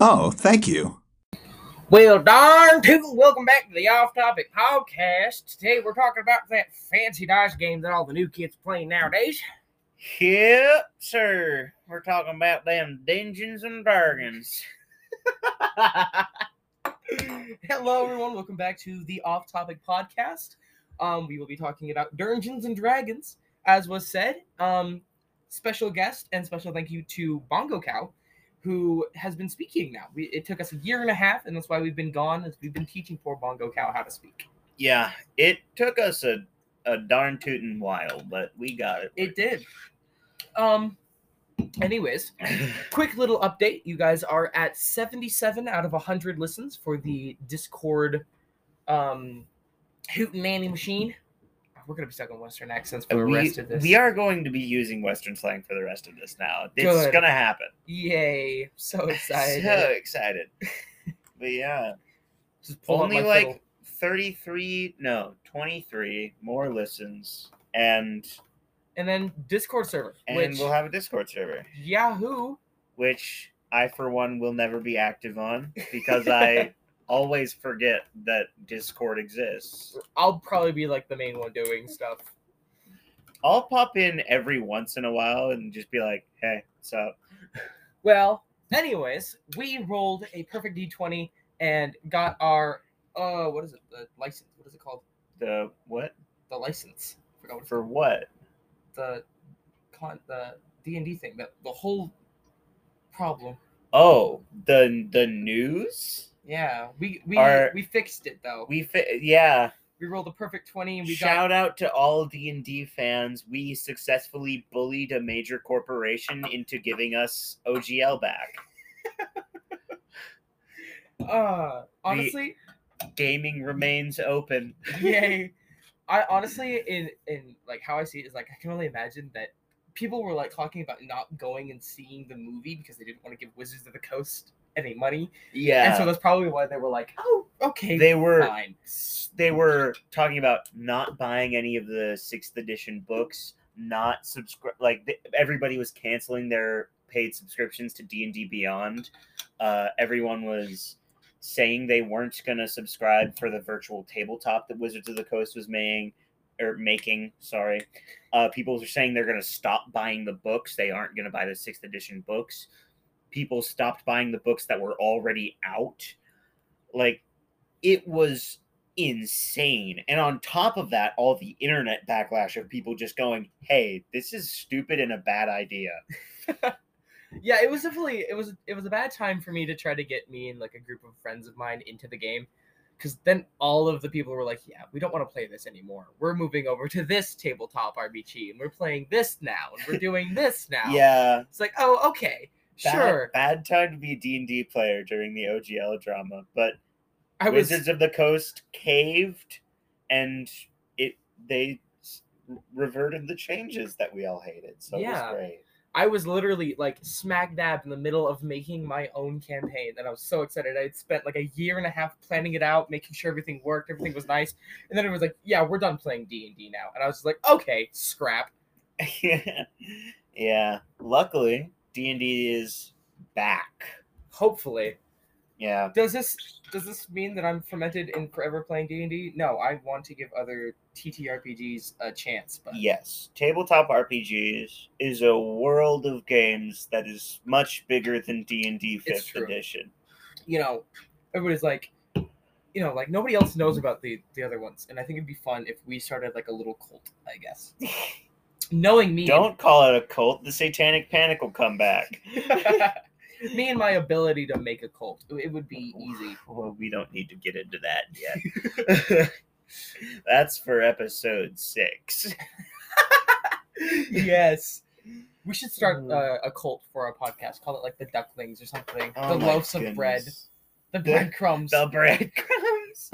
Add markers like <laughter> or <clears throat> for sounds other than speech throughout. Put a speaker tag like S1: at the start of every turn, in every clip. S1: Oh, thank you.
S2: Well, darn tootin', welcome back to the Off Topic Podcast. Today we're talking about that fancy dice game that all the new kids playing nowadays.
S3: Yep, sir. We're talking about them Dungeons and Dragons.
S2: <laughs> Hello, everyone. Welcome back to the Off Topic Podcast. Um, we will be talking about Dungeons and Dragons, as was said. Um, special guest and special thank you to Bongo Cow, who has been speaking now. We, it took us a year and a half, and that's why we've been gone. Is we've been teaching poor Bongo Cow how to speak.
S3: Yeah, it took us a, a darn tootin' while, but we got it.
S2: It did. Um.
S3: <laughs>
S2: Anyways, quick little update. You guys are at 77 out of 100 listens for the Discord um, Hoot Nanny Machine. We're going to be stuck on Western accents for the
S3: we,
S2: rest of this.
S3: we are going to be using Western slang for the rest of this now. It's
S2: Good.
S3: gonna happen.
S2: Yay. So excited.
S3: <laughs> So excited. <laughs> but yeah,
S2: Just pull out
S3: only
S2: my
S3: like
S2: fiddle.
S3: 33, no, 23 more listens, and
S2: And then Discord server,
S3: and
S2: which
S3: we'll have a Discord server,
S2: Yahoo.
S3: which I for one will never be active on
S2: <laughs>
S3: because I always forget that Discord exists.
S2: I'll probably be like the main one doing stuff.
S3: I'll pop in every once in a while and just be like, "Hey, what's up?"
S2: Well, anyways, we rolled a perfect d20 and got our uh what is it? The license. What is it called?
S3: The what
S2: The license. Forgot what it's
S3: for what?
S2: the con the D and D thing. That the whole problem.
S3: Oh, the the news.
S2: Yeah, we we
S3: Our-
S2: we fixed it though. We
S3: We fi- yeah.
S2: we rolled a perfect twenty and we
S3: Shout out to all D and D fans. We successfully bullied a major corporation into giving us OGL back.
S2: got uh
S3: <laughs>
S2: honestly
S3: Gaming remains open.
S2: yay. I honestly in in like how I see it is like I can only imagine that people were like talking about not going and seeing the movie because they didn't want to give Wizards of the Coast any money. And
S3: Yeah.
S2: so that's probably why they were like, oh, okay,
S3: they were
S2: fine.
S3: they were talking about not buying any of the sixth edition books, not subscribe. Like th- everybody was canceling their paid subscriptions to D and D Beyond. Uh, everyone was saying they weren't going to subscribe for the virtual tabletop that Wizards of the Coast was making. Or making, sorry. Uh, people were saying they're going to stop buying the books. They aren't going to buy the sixth edition books. People stopped buying the books that were already out. Like, it was insane. And on top of that, all the internet backlash of people just going, "Hey, this is stupid and a bad idea."
S2: yeah it was definitely it was it was a bad time for me to try to get me and like a group of friends of mine into the game because then all of the people were like yeah we don't want to play this anymore we're moving over to this tabletop rpg and we're playing this now and we're doing this now
S3: Yeah,
S2: it's like oh okay
S3: bad,
S2: sure
S3: Bad time to be a D and D player during the OGL drama, but
S2: i was
S3: Wizards of the Coast caved, and it they s- reverted the changes that we all hated. So
S2: Yeah.
S3: it was great. <laughs>
S2: i was literally like smack dab in the middle of making my own campaign and i was so excited i had spent like a year and a half planning it out making sure everything worked everything was nice and then it was like yeah we're done playing d&d now and i was just like okay scrap
S3: yeah, luckily D and D is back.
S2: hopefully
S3: Yeah,
S2: Does this does this mean that I'm fermented in forever playing D and D? No, I want to give other TTRPGs a chance. But
S3: Yes, tabletop RPGs is a world of games that is much bigger than D and D
S2: It's
S3: fifth
S2: true.
S3: edition.
S2: you know, everybody's like, you know, like nobody else knows about the the other ones, and I think it'd be fun if we started like a little cult. I guess. Knowing me,
S3: Don't call it a cult. The Satanic Panic will come back.
S2: <laughs> me and my ability to make a cult, it- it would be
S3: <laughs>
S2: easy.
S3: <laughs> Well, we don't need to get into that <laughs> yet. That's for episode six.
S2: yes. We should start
S3: Mm.
S2: uh, a cult for our podcast. Call it like the ducklings or something.
S3: Oh
S2: the
S3: my
S2: loaves of bread,
S3: goodness.
S2: the breadcrumbs.
S3: the breadcrumbs.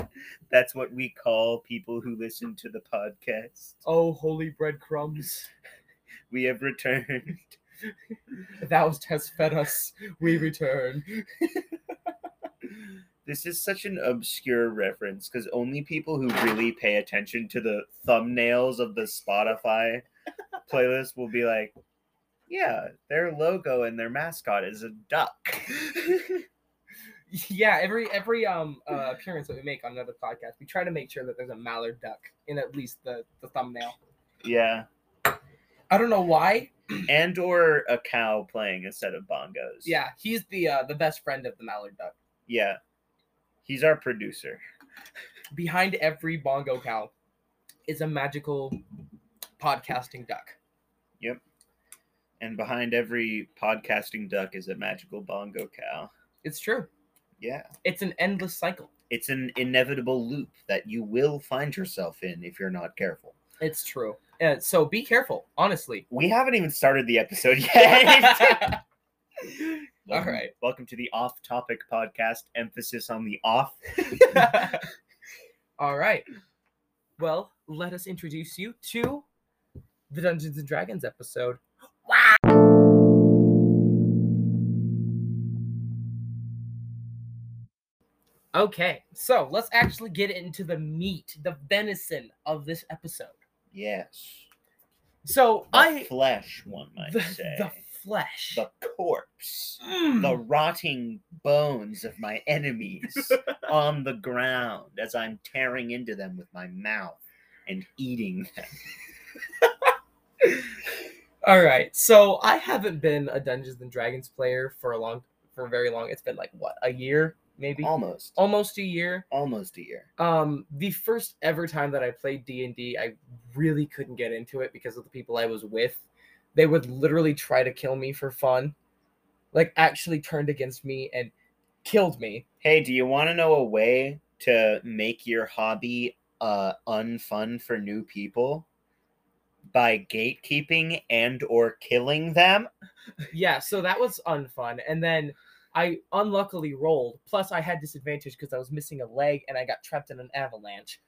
S3: That's what we call people who listen to the podcast.
S2: Oh, holy breadcrumbs.
S3: We have returned.
S2: Thou hast fed us, we return.
S3: This is such an obscure reference because only people who really pay attention to the thumbnails of the Spotify playlist will be like, yeah, their logo and their mascot is a duck.
S2: yeah, every every um uh, appearance that we make on another podcast, we try to make sure that there's a mallard duck in at least the the thumbnail.
S3: Yeah,
S2: I don't know why.
S3: and or a cow playing instead of bongos.
S2: Yeah, he's the uh, the best friend of the mallard duck.
S3: yeah. He's our producer.
S2: Behind every bongo cow is a magical podcasting duck.
S3: and behind every podcasting duck is a magical bongo cow.
S2: It's true.
S3: Yeah.
S2: It's an endless cycle.
S3: It's an inevitable loop that you will find yourself in if you're not careful.
S2: It's true. Uh, so be careful, <laughs> honestly.
S3: We haven't even started
S2: <laughs>
S3: the episode yet.
S2: All right.
S3: Welcome to the off topic podcast, emphasis on the off.
S2: <laughs> All right. Well, let us introduce you to the Dungeons and Dragons episode. Wow. Okay, so let's actually get into the meat, the venison of this episode.
S3: Yes.
S2: So
S3: The
S2: I
S3: flesh, one might
S2: the,
S3: say.
S2: the flesh.
S3: the corpse.
S2: Mm.
S3: The rotting bones of my enemies
S2: <laughs>
S3: on the ground as I'm tearing into them with my mouth and eating them.
S2: All right. So I haven't been a Dungeons and Dragons player for a long, for very long. It's been like what a year, maybe
S3: Almost.
S2: almost a year.
S3: Almost a year.
S2: Um, the first ever time that I played D and I really couldn't get into it because of the people I was with. They would literally try to kill me for fun, like actually turned against me and killed me.
S3: Hey, do you want to know a way to make your hobby uh unfun for new people? By gatekeeping and or killing them?
S2: Yeah, so that was unfun. And then I unluckily rolled. Plus, I had disadvantage because I was missing a leg and I got trapped in an avalanche.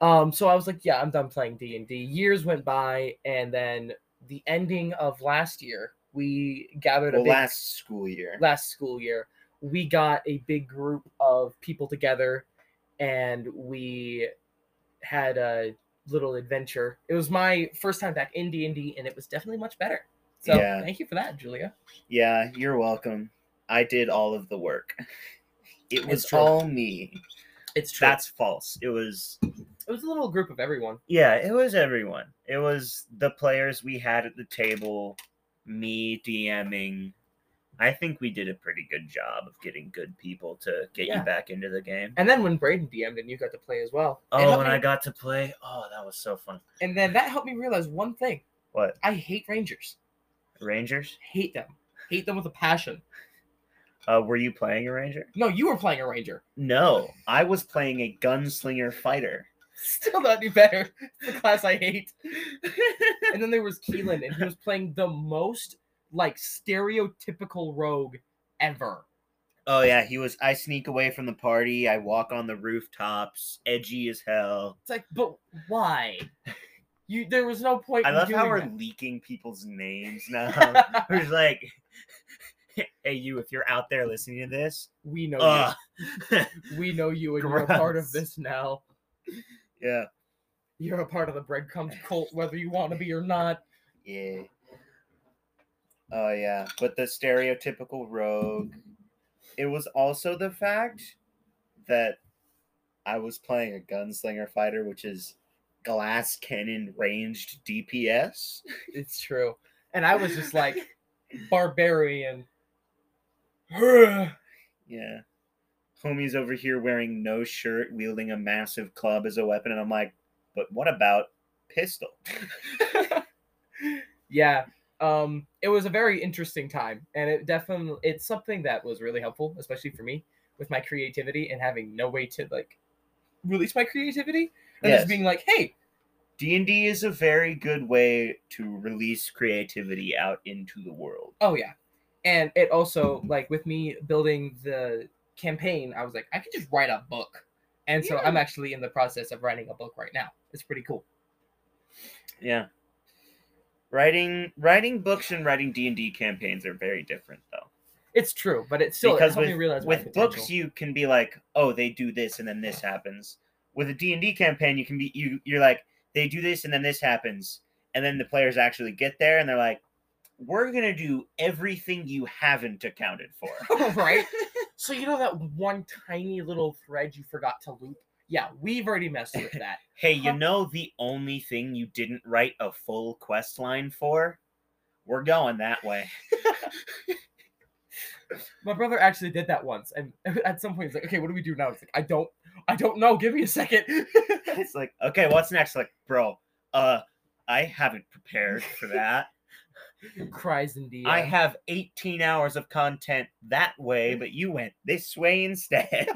S2: Um, so I was like, yeah, I'm done playing D and D. Years went by, and then the ending of last year, we gathered a
S3: Well,
S2: big,
S3: last school year.
S2: last school year, we got a big group of people together, and we had a little adventure. It was my first time back in D and D, and it was definitely much better. So
S3: Yeah.
S2: thank you for that, Julia.
S3: Yeah, you're welcome. I did all of the work. <laughs> It was
S2: true.
S3: all me.
S2: It's true.
S3: That's false. It was
S2: it was a little group of everyone.
S3: Yeah, it was everyone. It was the players we had at the table, me DMing. I think we did a pretty good job of getting good people to get
S2: Yeah.
S3: you back into the game.
S2: And then when Braden DM'd and you got to play as well. it
S3: Oh,
S2: helped
S3: when
S2: me-
S3: I got to play, oh, that was so fun.
S2: and then that helped me realize one thing.
S3: What
S2: I hate Rangers.
S3: Rangers?
S2: Hate them. Hate them with a passion.
S3: Uh, were you playing a Ranger?
S2: No, you were playing a Ranger.
S3: No, I was playing a gunslinger fighter.
S2: Still not do better. The class I hate. and then there was Keelan, and he was playing the most like stereotypical rogue ever.
S3: Oh yeah, he was. I sneak away from the party. I walk on the rooftops, edgy as hell.
S2: It's like, but why? You there was no point.
S3: I
S2: in
S3: love how Uh-huh.
S2: doing
S3: we're
S2: that.
S3: leaking people's names now.
S2: <laughs>
S3: <laughs> Who's like, hey, you, if you're out there listening to this,
S2: we know
S3: uh, <laughs>
S2: <laughs> you. We know you, and you're a part of
S3: Gross.
S2: this now.
S3: yeah,
S2: you're a part of the breadcrumbs cult, whether you want to be or not.
S3: yeah. Oh, yeah. But the stereotypical rogue. It was also the fact that I was playing a gunslinger fighter, which is glass cannon ranged DPS.
S2: It's true. And I was just
S3: <laughs>
S2: like, barbarian. <sighs> That's
S3: Yeah. Homie's over here wearing no shirt, wielding a massive club as a weapon. And I'm like, but what about pistol? <laughs>
S2: <laughs> yeah. Um, it was a very interesting time, and it definitely it's something that was really helpful, especially for me with my creativity and having no way to like release my creativity and
S3: Yes.
S2: just being like, hey,
S3: D&D is a very good way to release creativity out into the world.
S2: oh yeah. And it also like with me building the campaign, I was like, I could just write a book. And so
S3: Yeah.
S2: I'm actually in the process of writing a book right now. It's pretty cool.
S3: Yeah. Writing writing books and writing D&D campaigns are very different though.
S2: It's true, but it's still
S3: because
S2: it helped
S3: with,
S2: me realize my
S3: with books
S2: potential.
S3: you can be like, "Oh, they do this and then this happens." With a D&D campaign, you can be you you're like, "They do this and then this happens." And then the players actually get there and
S2: <laughs>
S3: they're like, "We're going to do everything you haven't accounted for."
S2: right? So you know that one tiny little thread you forgot to loop? Yeah, we've already messed with that.
S3: Hey, you know the only thing you didn't write a full quest line for? We're going that way.
S2: My brother actually did that once, and <laughs> at some point he's like, "Okay, what do we do now?" It's like, "I don't, I don't know. Give me a second. <laughs>
S3: <laughs> It's like, okay, what's next? Like, bro, uh, I haven't prepared for that.
S2: Cries in DM.
S3: I have 18 hours of content that way, but you went this way instead.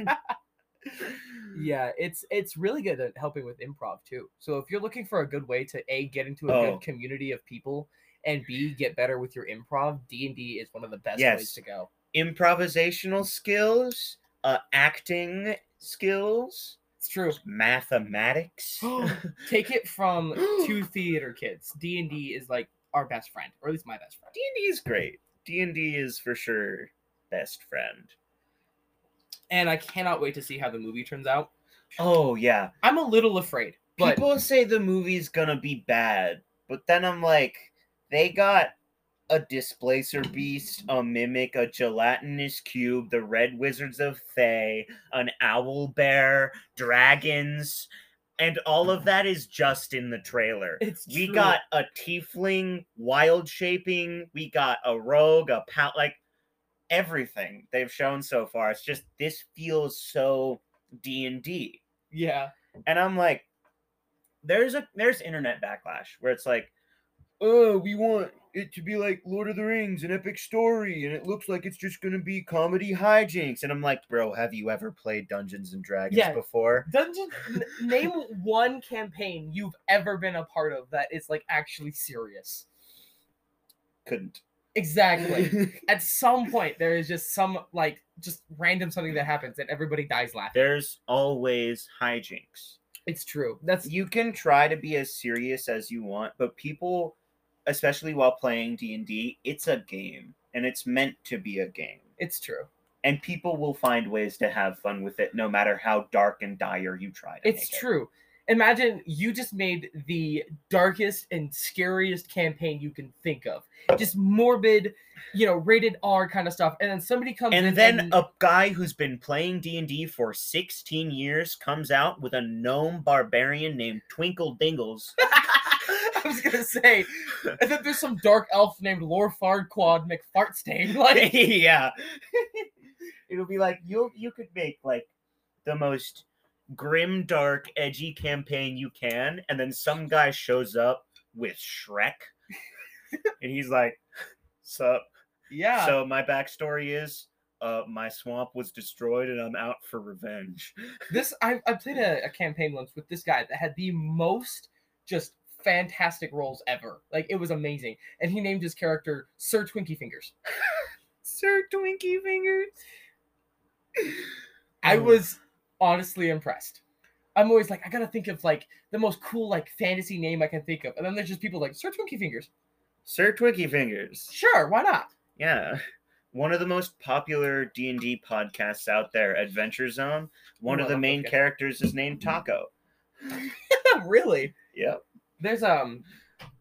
S2: yeah, it's it's really good at helping with improv too. So if you're looking for a good way to a get into a
S3: Oh.
S2: good community of people and b get better with your improv, D and D is one of the best
S3: Yes.
S2: ways to go.
S3: Improvisational skills, uh, acting skills,
S2: It's true. <gasps>
S3: mathematics. D
S2: Take it from
S3: <gasps>
S2: two theater kids. D and D is like our best friend, or at least my best friend.
S3: and D is great. D and D is for sure best friend.
S2: And I cannot wait to see how the movie turns out.
S3: Oh yeah,
S2: I'm a little afraid, but
S3: people say the movie's gonna be bad, but then I'm like, they got a displacer beast, a mimic, a gelatinous cube, the red wizards of Thay, an owl bear, dragons, and all of that is just in the trailer.
S2: it's
S3: We
S2: true.
S3: got a tiefling, wild shaping, we got a rogue, a pout like everything they've shown so far. It's just this feels so D and D
S2: yeah.
S3: and I'm like, there's a there's internet backlash where it's like, oh, we want it to be like Lord of the Rings, an epic story, and it looks like it's just gonna be comedy hijinks. And I'm like, bro, have you ever played Dungeons and Dragons
S2: Yeah.
S3: before?
S2: Dungeon. n- name one campaign you've ever been a part of that is like actually serious.
S3: Couldn't.
S2: Exactly.
S3: <laughs>
S2: At some point, there is just some like just random something that happens and everybody dies laughing.
S3: there's always hijinks.
S2: It's true. That's
S3: You can try to be as serious as you want, but people, especially while playing D and D, it's a game, and it's meant to be a game.
S2: it's true.
S3: and people will find ways to have fun with it no matter how dark and dire you try to
S2: It's
S3: make it.
S2: true. Imagine you just made the darkest and scariest campaign you can think of. Just morbid, you know, rated R kind of stuff. And then somebody comes in
S3: and then a guy who's been playing d&d for 16 years comes out with a gnome barbarian named twinkle dingles
S2: <laughs>
S3: <laughs>
S2: I was gonna say, and then there's some dark elf named Lord Farquaad McFartstain. <laughs> Like,
S3: yeah it'll be like you you could make like the most grim dark edgy campaign you can and then some guy shows up with shrek and he's like sup
S2: yeah,
S3: So my backstory is uh my swamp was destroyed and I'm out for revenge.
S2: this I, I played a, a campaign once with this guy that had the most just fantastic roles ever. Like, it was amazing, and he named his character Sir Twinkie Fingers.
S3: Sir Twinkie Fingers.
S2: I
S3: Oh.
S2: was honestly impressed. I'm always like, I gotta think of like the most cool like fantasy name I can think of, and then there's just people like Sir Twinkie Fingers.
S3: Sir Twinkie Fingers.
S2: Sure, why not? <laughs>
S3: Yeah. One of the most popular D&D podcasts out there, Adventure Zone. One
S2: Ooh,
S3: of
S2: I
S3: the
S2: love
S3: main
S2: those guys.
S3: characters is named Taco.
S2: really?
S3: Yep.
S2: there's um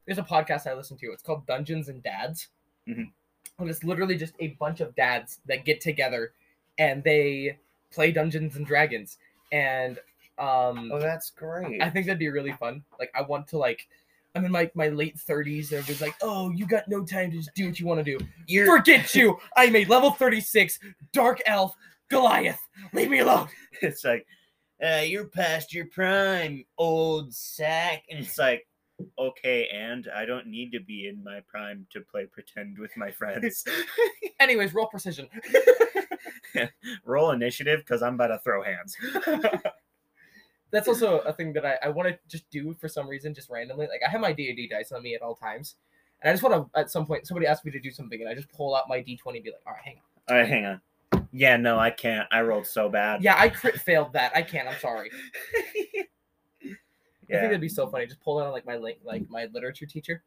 S2: there's a podcast I listen to. It's called Dungeons and Dads,
S3: Mhm.
S2: and it's literally just a bunch of dads that get together and they play Dungeons and Dragons. And um,
S3: Oh, that's great.
S2: I think that'd be really fun. Like I want to like. I'm in like my late 30s, and everybody's like, "Oh, you got no time to just do what you want to do."
S3: You're
S2: Forget you! I'm a level 36 dark elf Goliath. Leave me alone.
S3: <laughs> it's like uh, you're past your prime, old sack. And it's like, okay, and I don't need to be in my prime to play pretend with my friends.
S2: Anyways, roll precision.
S3: Roll initiative because I'm about to throw hands.
S2: that's also a thing that I, I want to just do for some reason, just randomly. Like I have my D and D dice on me at all times, and I just want to at some point somebody asked me to do something, and I just pull out my D twenty and be like, all right, hang on.
S3: All right, hang on. Yeah, no, I can't. I rolled so bad.
S2: Yeah, I crit failed that. I can't. I'm sorry. I think
S3: Yeah.
S2: that'd be so funny. Just pull out like my link, like my literature teacher.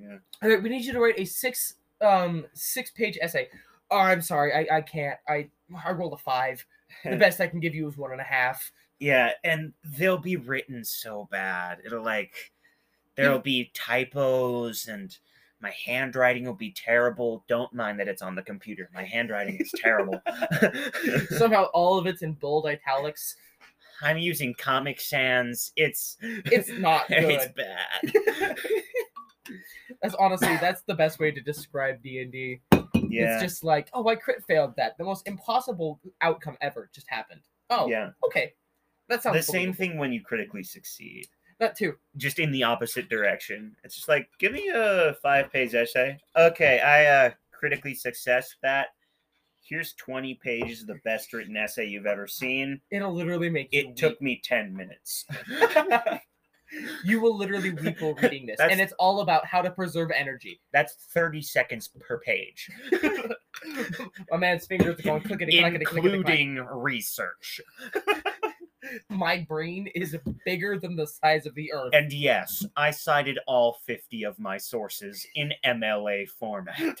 S3: Yeah.
S2: All right, we need you to write a six um six page essay. Oh, I'm sorry, I I can't. I I rolled a five. <laughs> The best I can give you is one and a half.
S3: Yeah, and they'll be written so bad. It'll like there'll be typos and my handwriting will be terrible. Don't mind that it's on the computer. My handwriting is terrible.
S2: <laughs> Somehow all of it's in bold italics.
S3: I'm using Comic Sans. It's
S2: It's not
S3: <laughs> it's
S2: good.
S3: bad.
S2: That's honestly that's the best way to describe D and D.
S3: Yeah.
S2: <laughs> It's just like, oh, I crit failed that. The most impossible outcome ever just happened. Oh,
S3: yeah.
S2: okay. That sounds
S3: The same
S2: believable.
S3: thing when you critically succeed.
S2: That too.
S3: just in the opposite direction. It's just like, give me a five page essay. Okay, I uh, critically success that. Here's 20 pages of the best written essay you've ever seen.
S2: It'll literally make you
S3: It took me 10 minutes.
S2: weep. you will literally weep
S3: <laughs>
S2: while reading this,
S3: That's-
S2: and it's all about how to preserve energy.
S3: That's 30 seconds per page,
S2: My man's fingers are going clickety clackety clickety clack.
S3: including research.
S2: My brain is bigger than the size of the earth.
S3: And yes, I cited all 50 of my sources in MLA format.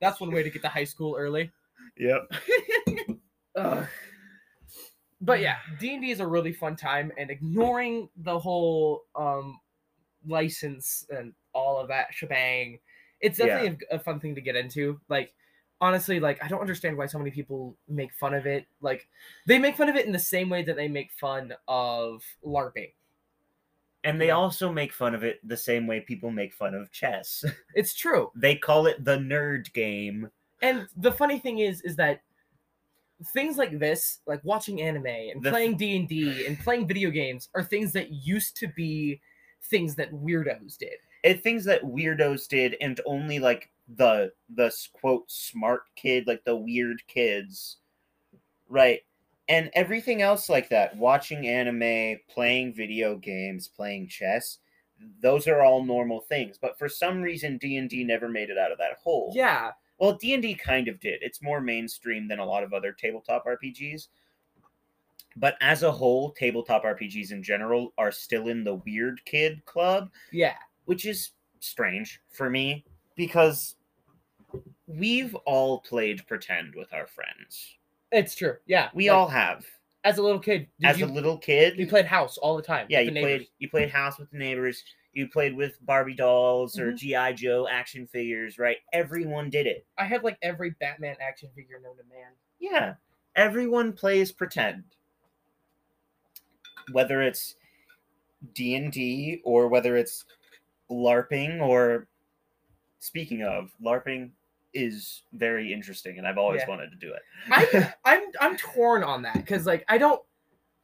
S2: That's one way to get to high school early.
S3: Yep.
S2: Ugh. But yeah, D and D is a really fun time, and ignoring the whole um, license and all of that shebang, it's definitely a, a fun thing to get into. Like, honestly, like I don't understand why so many people make fun of it. Like, they make fun of it in the same way that they make fun of LARPing.
S3: And they
S2: Yeah.
S3: also make fun of it the same way people make fun of chess.
S2: It's true.
S3: They call it the nerd game.
S2: And the funny thing is, is that things like this, like watching anime and
S3: The f-
S2: playing D and D and playing video games, are things that used to be things that weirdos did.
S3: It eh, things that weirdos did, and only like the the s- quote smart kid, like the weird kids, right? And everything else like that, watching anime, playing video games, playing chess, those are all normal things. But for some reason, D and D never made it out of that hole.
S2: Yeah,
S3: Well, D and D kind of did. It's more mainstream than a lot of other tabletop RPGs. But as a whole, tabletop RPGs in general are still in the weird kid club,
S2: yeah,
S3: which is strange for me because we've all played pretend with our friends.
S2: it's true. Yeah,
S3: We
S2: like,
S3: all have.
S2: as a little kid, did
S3: As
S2: you,
S3: a little kid,
S2: you played house all the time.
S3: yeah,
S2: with
S3: you
S2: the neighbors.
S3: played you played house with the neighbors. You played with Barbie dolls or
S2: Mhm.
S3: GI Joe action figures, right? Everyone did it.
S2: I had like every Batman action figure known to man.
S3: Yeah. Everyone plays pretend. Whether it's D&D or whether it's LARPing or speaking of, LARPing is very interesting and I've always
S2: Yeah.
S3: wanted to do it. <laughs>
S2: I'm I'm I'm torn on that because like I don't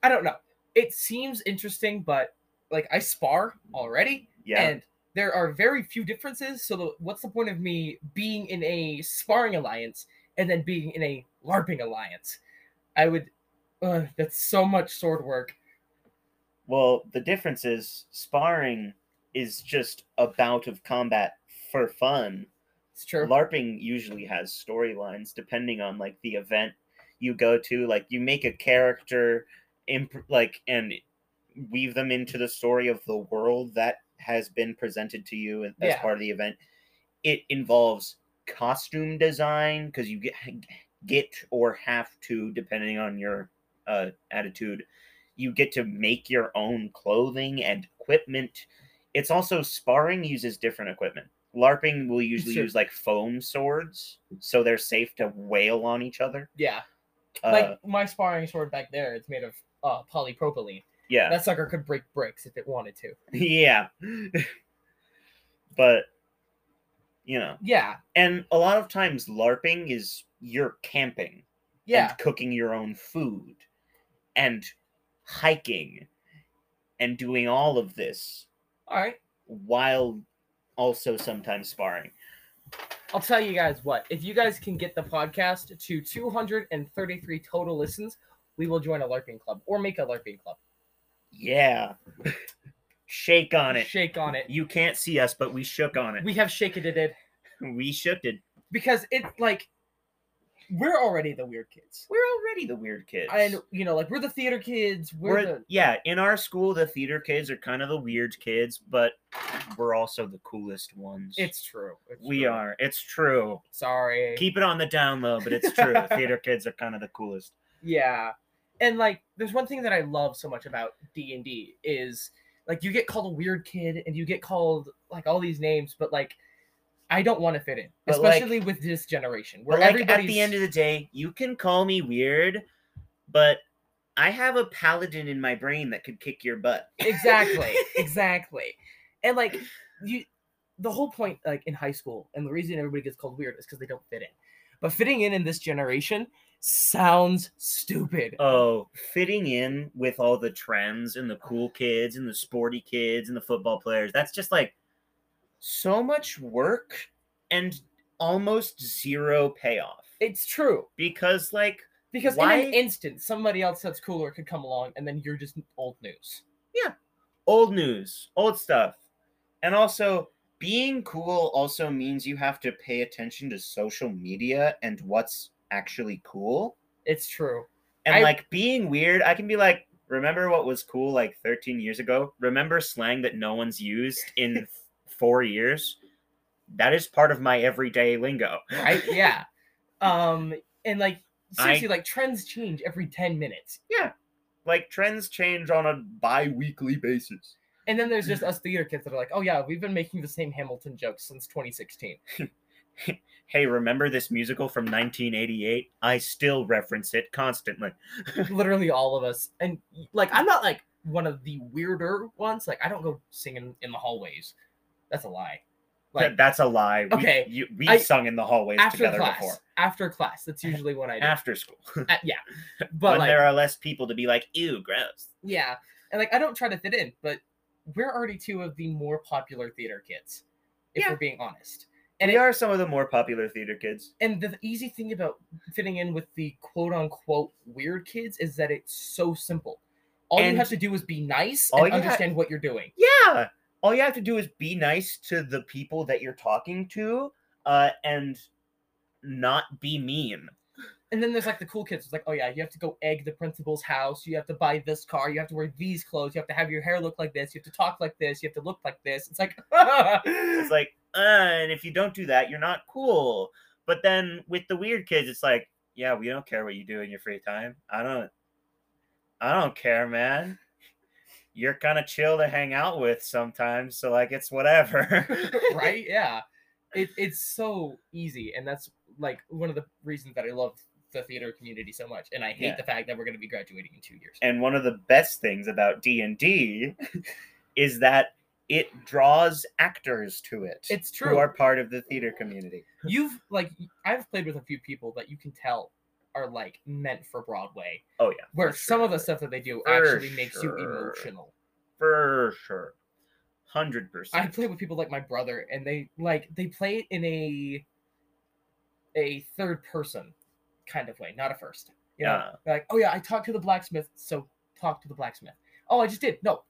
S2: I don't know. It seems interesting, but like I spar already.
S3: yeah.
S2: and there are very few differences. So the, what's the point of me being in a sparring alliance and then being in a LARPing alliance? I would. Uh, that's so much sword work.
S3: Well, the difference is sparring is just a bout of combat for fun.
S2: It's true.
S3: LARPing usually has storylines depending on like the event you go to. Like you make a character, imp- like and weave them into the story of the world that has been presented to you as
S2: Yeah.
S3: part of the event. It involves costume design because you get get or have to depending on your uh, attitude. You get to make your own clothing and equipment. It's also sparring uses different equipment. LARPing will usually
S2: Sure.
S3: use like foam swords, so they're safe to wail on each other.
S2: yeah,
S3: Uh,
S2: like my sparring sword back there, it's made of uh, polypropylene.
S3: yeah,
S2: That sucker could break bricks if it wanted to.
S3: <laughs> yeah. but you know,
S2: Yeah,
S3: and a lot of times LARPing is you're camping,
S2: yeah,
S3: and cooking your own food, and hiking, and doing all of this
S2: all right.
S3: while also sometimes sparring.
S2: I'll tell you guys what. If you guys can get the podcast to 233 total listens, we will join a LARPing club or make a LARPing club.
S3: Yeah, shake on it.
S2: Shake on it.
S3: You can't see us, but we shook on it.
S2: We have shaken it. in.
S3: We shook it.
S2: because it's like we're already the weird kids
S3: We're already the weird kids.
S2: and you know like we're the theater kids we're,
S3: we're,
S2: the
S3: yeah, in our school, the theater kids are kind of the weird kids, but we're also the coolest ones.
S2: it's true it's
S3: we
S2: true.
S3: are. It's true.
S2: sorry
S3: Keep it on the down low, but
S2: <laughs>
S3: it's true. theater kids are kind of the coolest.
S2: yeah and like there's one thing that i love so much about d&d is Like you get called a weird kid and you get called like all these names, but like I don't want to fit in,
S3: But, like-
S2: especially with this generation where
S3: But like
S2: everybody's
S3: at the end of the day, you can call me weird, but I have a paladin in my brain that could kick your butt.
S2: exactly exactly and like you the whole point like in high school and the reason everybody gets called weird is because they don't fit in but fitting in in this generation sounds stupid
S3: Oh, fitting in with all the trends and the cool kids and the sporty kids and the football players. That's just like so much work and almost zero payoff.
S2: it's true
S3: Because like
S2: because
S3: Why-
S2: in an instant somebody else that's cooler could come along and then you're just old news
S3: old news, old stuff. And also, being cool also means you have to pay attention to social media and what's actually cool.
S2: it's true
S3: And
S2: I-
S3: like being weird, I can be like, remember what was cool like 13 years ago? Remember slang that no one's used
S2: <laughs>
S3: in four years? That is part of my everyday lingo. <laughs>
S2: right yeah um and like
S3: I-
S2: seriously like trends change every 10 minutes
S3: Like trends change on a bi weekly basis.
S2: and then there's just
S3: Mm.
S2: us theater kids that are like oh yeah we've been making the same hamilton jokes since 2016
S3: Hey, remember this musical from 1988? I still reference it constantly.
S2: literally all of us and like i'm not like one of the weirder ones like i don't go singing in the hallways that's a lie
S3: Th-
S2: like
S3: that's a lie. We,
S2: okay,
S3: you, we
S2: I-
S3: sung in the hallways
S2: after
S3: together
S2: class
S3: before.
S2: after class
S3: <laughs>
S2: that's usually when i do
S3: After school, <laughs>
S2: Uh, yeah but
S3: when
S2: like
S3: there are less people to be like, "Ew, gross."
S2: yeah and like i don't try to fit in but we're already two of the more popular theater kids if
S3: Yeah.
S2: we're being honest and
S3: And they
S2: it,
S3: are some of the more popular theater kids.
S2: and the easy thing about fitting in with the quote unquote weird kids is that it's so simple all you
S3: And-
S2: have to do is be nice
S3: all
S2: and
S3: you ha-
S2: understand what you're doing
S3: Yeah, all you have to do is be nice to the people that you're talking to, uh, and not be mean.
S2: And then there's like the cool kids. It's like, oh yeah, you have to go egg the principal's house. You have to buy this car. You have to wear these clothes. You have to have your hair look like this. You have to talk like this. You have to look like this. It's like, <laughs>
S3: It's like, uh, and if you don't do that, you're not cool. But then with the weird kids, it's like, yeah, we don't care what you do in your free time. I don't, I don't care, man. You're kind of chill to hang out with sometimes, so like it's whatever. <laughs>
S2: right? Yeah. It, it's so easy, and that's like one of the reasons that I love the theater community so much. And I hate
S3: Yeah.
S2: the fact that we're going to be graduating in two years.
S3: and one of the best things about D and D <laughs> is that it draws actors to it
S2: It's
S3: who
S2: true.
S3: are part of the theater community.
S2: You've like I've played with a few people that you can tell are like meant for Broadway,
S3: Oh yeah,
S2: where
S3: for
S2: some of the
S3: sure.
S2: stuff that they do
S3: For
S2: actually makes you
S3: sure.
S2: emotional.
S3: for sure, hundred
S2: I
S3: percent.
S2: play with people like my brother, and they like they play it in a a third person kind of way, not a first. You know?
S3: Yeah.
S2: They're like, oh yeah, I talked to the blacksmith, so talk to the blacksmith. Oh, I just did. No,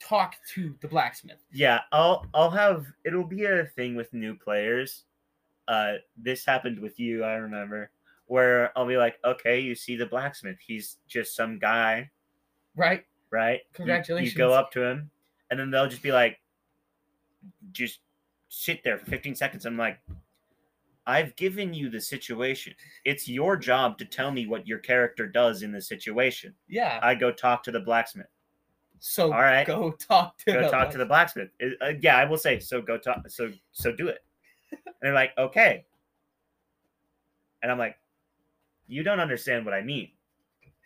S2: talk to the blacksmith.
S3: Yeah, I'll I'll have it'll be a thing with new players. Uh this happened with you, I remember, where I'll be like, "Okay, you see the blacksmith. He's just some guy,
S2: Right?
S3: right? You- You,
S2: Congratulations.
S3: go up to him, and then they'll just be like just sit there for 15 seconds. I'm like, "I've given you the situation. It's your job to tell me what your character does in the situation."
S2: Yeah.
S3: I go talk to the blacksmith.
S2: So
S3: All right.
S2: go talk to
S3: go <laughs>
S2: the
S3: talk to the blacksmith. It- uh, yeah, I will say so. Go talk. So so do it. And they're like, okay. And I'm like, you don't understand what I mean.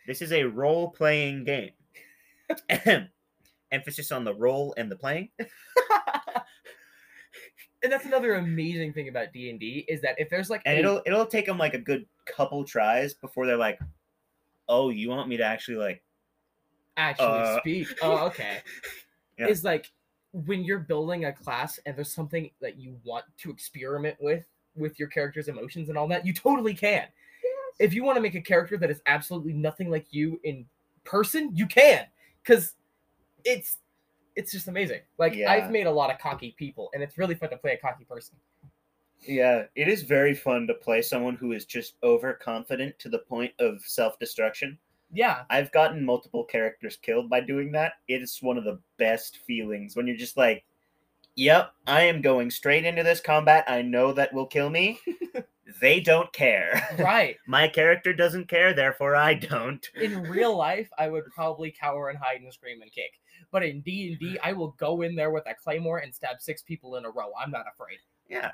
S3: This is a role playing game. <clears throat> Ahem. Emphasis on the role and the playing.
S2: blacksmith. and that's another amazing thing about D and D is that if there's like
S3: And
S2: a-
S3: <laughs> it'll it'll take them like a good couple tries before they're like, oh, you want me to actually like
S2: actually
S3: Uh, <laughs>
S2: speak. Oh, okay.
S3: Yeah.
S2: Is like when you're building a class and there's something that you want to experiment with with your character's emotions and all that, you totally can. If you want to make a character that is absolutely nothing like you in person, you can cuz it's it's just amazing. Like
S3: Yeah.
S2: I've made a lot of cocky people and it's really fun to play a cocky person.
S3: Yeah, it is very fun to play someone who is just overconfident to the point of self destruction.
S2: Yeah.
S3: I've gotten multiple characters killed by doing that. It's one of the best feelings when you're just like, yep, I am going straight into this combat. I know that will kill me. they don't care. <laughs>
S2: right.
S3: My character doesn't care, therefore I don't.
S2: In real life, I would probably cower and hide and scream and kick. But in D and D, I will go in there with a claymore and stab six people in a row. I'm not afraid.
S3: Yeah.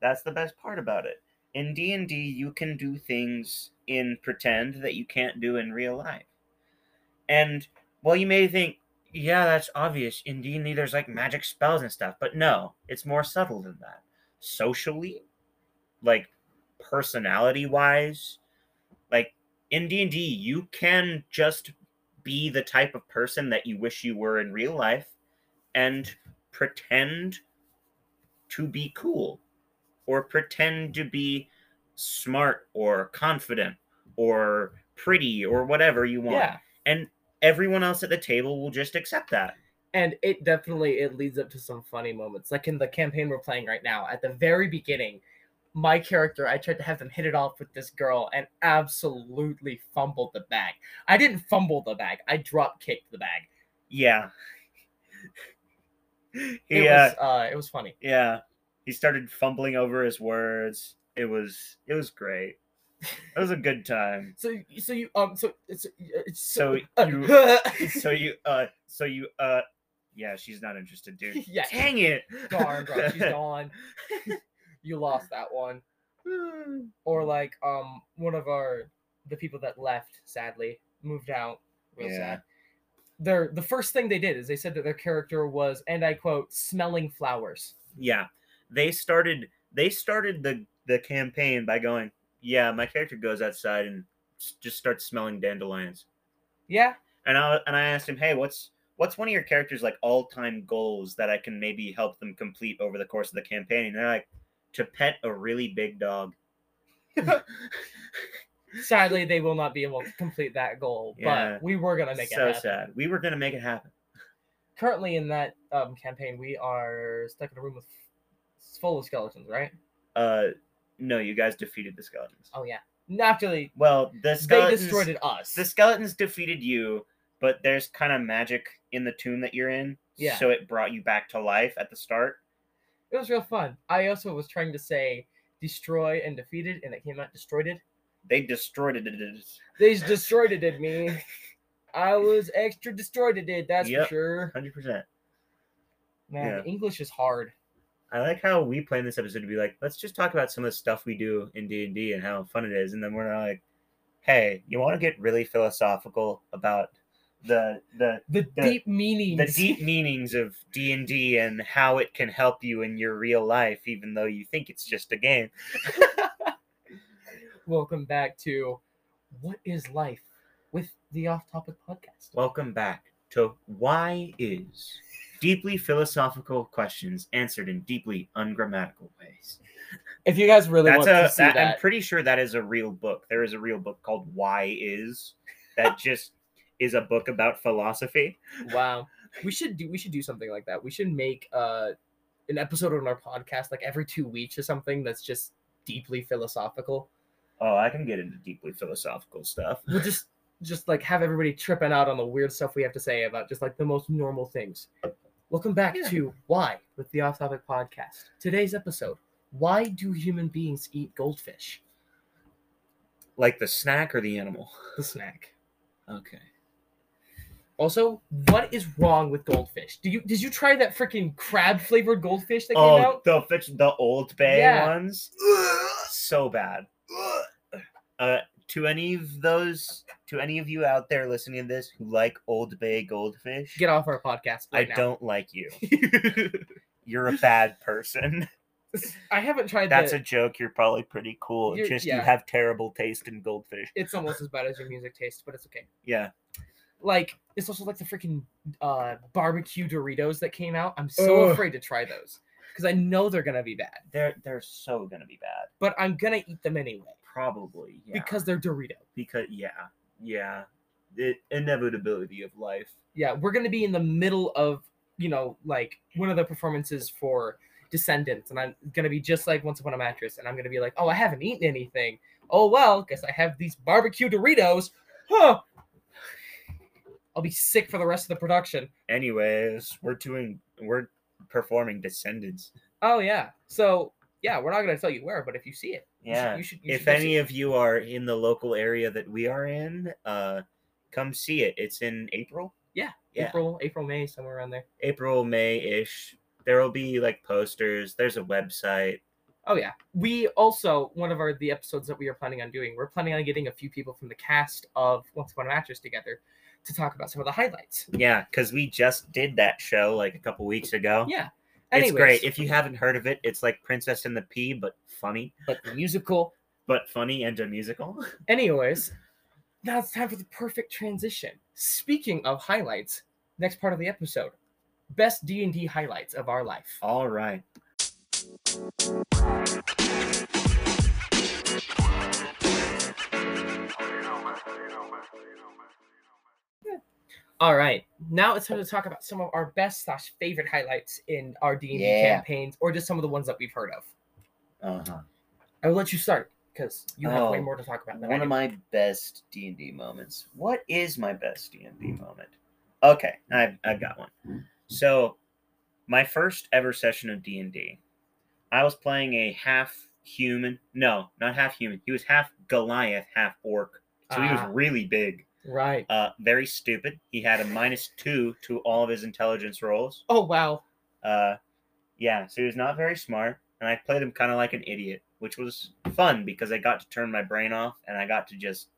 S3: That's the best part about it. In D&D, you can do things in pretend that you can't do in real life. And while you may think, yeah, that's obvious. In D&D there's like magic spells and stuff, but no, it's more subtle than that. Socially, like personality-wise, like in D&D you can just be the type of person that you wish you were in real life and pretend to be cool or pretend to be smart or confident or pretty or whatever you want.
S2: Yeah.
S3: And everyone else at the table will just accept that.
S2: and it definitely it leads up to some funny moments like in the campaign we're playing right now at the very beginning my character i tried to have them hit it off with this girl and absolutely fumbled the bag i didn't fumble the bag i drop kicked the bag
S3: Yeah. <laughs>
S2: it
S3: yeah.
S2: was uh it was funny
S3: Yeah. He started fumbling over his words. It was it was great. It was a good
S2: <laughs>
S3: time.
S2: so so you um so it's it's
S3: So
S2: <laughs>
S3: you so you uh so you uh yeah, she's not interested, dude.
S2: <laughs> Yeah.
S3: Dang it.
S2: darn bro
S3: <laughs>
S2: she's gone you lost that one
S3: gone.
S2: or like um one of our the people that left sadly moved out real
S3: Yeah.
S2: sad their the first thing they did is they said that their character was and i quote smelling flowers
S3: yeah they started they started the the campaign by going yeah my character goes outside and s- just starts smelling dandelions
S2: yeah
S3: and i and i asked him hey what's what's one of your characters like all-time goals that i can maybe help them complete over the course of the campaign and they're like to pet a really big
S2: <laughs>
S3: dog
S2: sadly they will not be able to complete that goal
S3: Yeah.
S2: but we were gonna make it
S3: so
S2: happen
S3: sad we were gonna make it happen
S2: currently in that um campaign we are stuck in a room with it's full of skeletons right
S3: uh no you guys defeated the skeletons
S2: oh yeah naturally
S3: well the
S2: they
S3: skeletons
S2: destroyed it us
S3: the skeletons defeated you, but there's kind of magic in the tomb that you're in.
S2: Yeah.
S3: So it brought you back to life at the start.
S2: it was real fun i also was trying to say destroy and defeated and it came out destroyed it
S3: They destroyed it. it- it-
S2: They destroyed it in
S3: <laughs>
S2: me. I was extra destroyed it did, that's for
S3: Yep.
S2: sure.
S3: 100%.
S2: Man,
S3: Yeah.
S2: English is hard.
S3: I like how we plan this episode to be like, let's just talk about some of the stuff we do in D&D and how fun it is. And then we're not like, hey, you want to get really philosophical about the the
S2: The,
S3: The-
S2: deep
S3: the
S2: meanings.
S3: deep meanings of D&D and how it can help you in your real life even though you think it's just a game.
S2: Welcome back to What is Life with the Off Topic Podcast.
S3: Welcome back to Why Is Deeply Philosophical Questions Answered in Deeply Ungrammatical Ways.
S2: If you guys really
S3: That's
S2: want
S3: a,
S2: to see
S3: that-
S2: that,
S3: I'm pretty sure that is a real book. There is a real book called Why Is
S2: <laughs>
S3: that just is a book about philosophy.
S2: wow. We should do we should do something like that. We should make uh an episode on our podcast like every two weeks or something that's just deeply philosophical.
S3: Oh, I can get into deeply philosophical stuff.
S2: We'll just just like have everybody tripping out on the weird stuff we have to say about just like the most normal things. Welcome back
S3: Yeah.
S2: to Why with the Off Topic Podcast. Today's episode Why do human beings eat goldfish?
S3: Like the snack or the animal?
S2: The snack.
S3: Okay.
S2: Also, what is wrong with goldfish? Do you did you try that freaking crab flavored goldfish that came
S3: Oh,
S2: out?
S3: the fish- the Old Bay
S2: Yeah.
S3: ones. so bad. Uh, to any of those, to any of you out there listening to this who like Old Bay goldfish,
S2: Get off our podcast.
S3: I
S2: Right now.
S3: don't like you. You're a bad person.
S2: <laughs> I haven't tried
S3: That's
S2: the-
S3: a joke. You're probably pretty cool. It's
S2: You're-
S3: just you
S2: yeah.
S3: have terrible taste in goldfish.
S2: It's almost as bad as your music taste, but it's okay.
S3: Yeah.
S2: Like it's also like the freaking uh, barbecue Doritos that came out. I'm so
S3: Ugh.
S2: afraid to try those because I know they're gonna be bad.
S3: They're they're so gonna be bad.
S2: but I'm gonna eat them anyway
S3: Probably. Yeah.
S2: because they're Dorito.
S3: because yeah. Yeah. The inevitability of life.
S2: Yeah, we're gonna be in the middle of you know like one of the performances for Descendants, and I'm gonna be just like Once Upon a Mattress, and I'm gonna be like, oh, I haven't eaten anything. Oh well, guess I have these barbecue Doritos. Huh. I'll be sick for the rest of the production.
S3: Anyways, we're doing we're performing descendants.
S2: Oh yeah. So yeah, we're not gonna tell you where, but if you see it, You should-
S3: Yeah.
S2: you should. You should,
S3: if
S2: go see
S3: any
S2: it.
S3: of you are in the local area that we are in, uh, come see it. It's in April, yeah.
S2: April, April, May, somewhere around there.
S3: April, May ish. There will be like posters. There's a website.
S2: Oh yeah. We also one of our the episodes that we are planning on doing. We're planning on getting a few people from the cast of Once Upon a Mattress together to talk about some of the highlights.
S3: Yeah, because we just did that show like a couple weeks ago.
S2: Yeah.
S3: it's
S2: Anyways,
S3: great. If you haven't heard of it, it's like Princess and the Pea, but funny,
S2: but the musical.
S3: but funny and a musical. <laughs>
S2: Anyways, now it's time for the perfect transition. Speaking of highlights, next part of the episode, best D and D highlights of our life.
S3: All right.
S2: All right, now it's time to talk about some of our best slash favorite highlights in our D and D
S3: Yeah.
S2: campaigns, or just some of the ones that we've heard of.
S3: Uh huh.
S2: I will let you start because you have way
S3: Oh,
S2: more to talk about than I
S3: one
S2: do.
S3: of my best d&d moments what is my best d&d moment okay i've, I've got one so my first ever session of d&d i was playing a half human no not half human he was half goliath half orc so he
S2: Ah.
S3: was really big
S2: Right.
S3: uh, very stupid he had a minus two to all of his intelligence rolls
S2: Oh wow.
S3: uh, yeah so he was not very smart and i played him kind of like an idiot which was fun because i got to turn my brain off and i got to just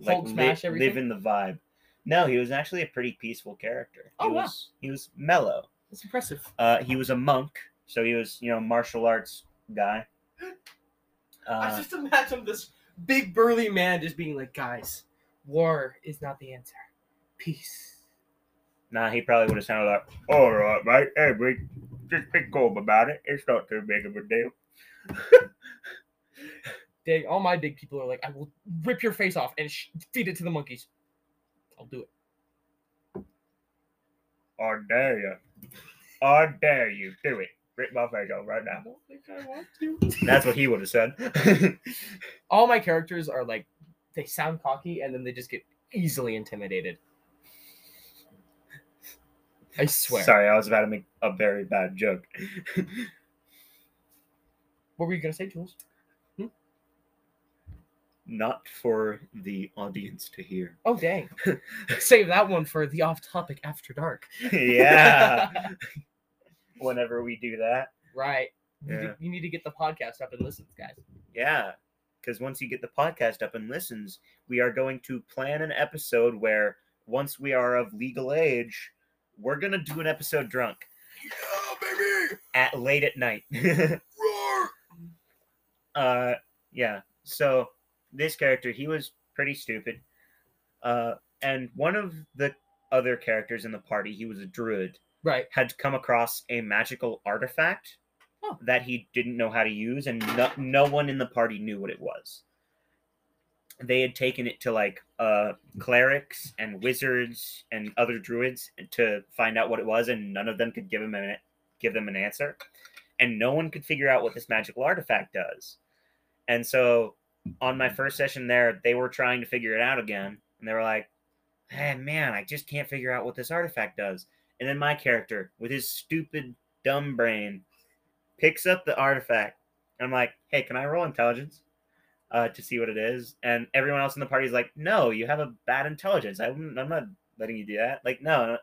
S3: like
S2: Hulk
S3: li-
S2: smash everything.
S3: live in the vibe. No, he was actually a pretty peaceful character.
S2: Oh,
S3: he
S2: wow.
S3: was he was mellow.
S2: That's impressive.
S3: Uh, he was a monk, so he was you know martial arts
S2: <gasps>
S3: guy.
S2: I
S3: Uh,
S2: just imagine this big burly man just being like, "Guys, war is not the answer. Peace."
S3: nah, he probably would have sounded like, "All right, mate, hey, we just be calm about it. It's not too big of a deal."
S2: Dang, all my big people are like, "I will rip your face off and sh- feed it to the monkeys." I'll do it.
S3: I dare you. I dare you do it. Rip my face off right now.
S2: don't think I want to.
S3: That's what he would have said.
S2: All my characters are like, they sound cocky and then they just get easily intimidated. I swear.
S3: Sorry, I was about to make a very bad joke.
S2: What were you gonna say, Jules?
S3: Not for the audience to hear.
S2: Oh
S3: <laughs>
S2: dang! Save that one for the off-topic after dark.
S3: yeah. Whenever we do that.
S2: <laughs> Right. You,
S3: Yeah.
S2: need, you need to get the podcast up and listen, guys.
S3: Yeah. Because once you get the podcast up and listens, we are going to plan an episode where once we are of legal age, we're going to do an episode drunk
S2: Yeah, baby!
S3: at late at night. <laughs>
S2: Roar!
S3: uh, yeah. So this character, he was pretty stupid. Uh, and one of the other characters in the party, he was a druid.
S2: Right.
S3: had come across a magical artifact
S2: Huh.
S3: that he didn't know how to use, and no, no one in the party knew what it was. They had taken it to like uh, clerics and wizards and other druids to find out what it was, and none of them could give him an give them an answer, and no one could figure out what this magical artifact does. And so, on my first session there, they were trying to figure it out again, and they were like, "Hey, man, I just can't figure out what this artifact does." And then my character, with his stupid, dumb brain, picks up the artifact. And I'm like, hey, can I roll intelligence uh, to see what it is? And everyone else in the party's like, no, you have a bad intelligence. I wouldn't, I'm not letting you do that. Like, no.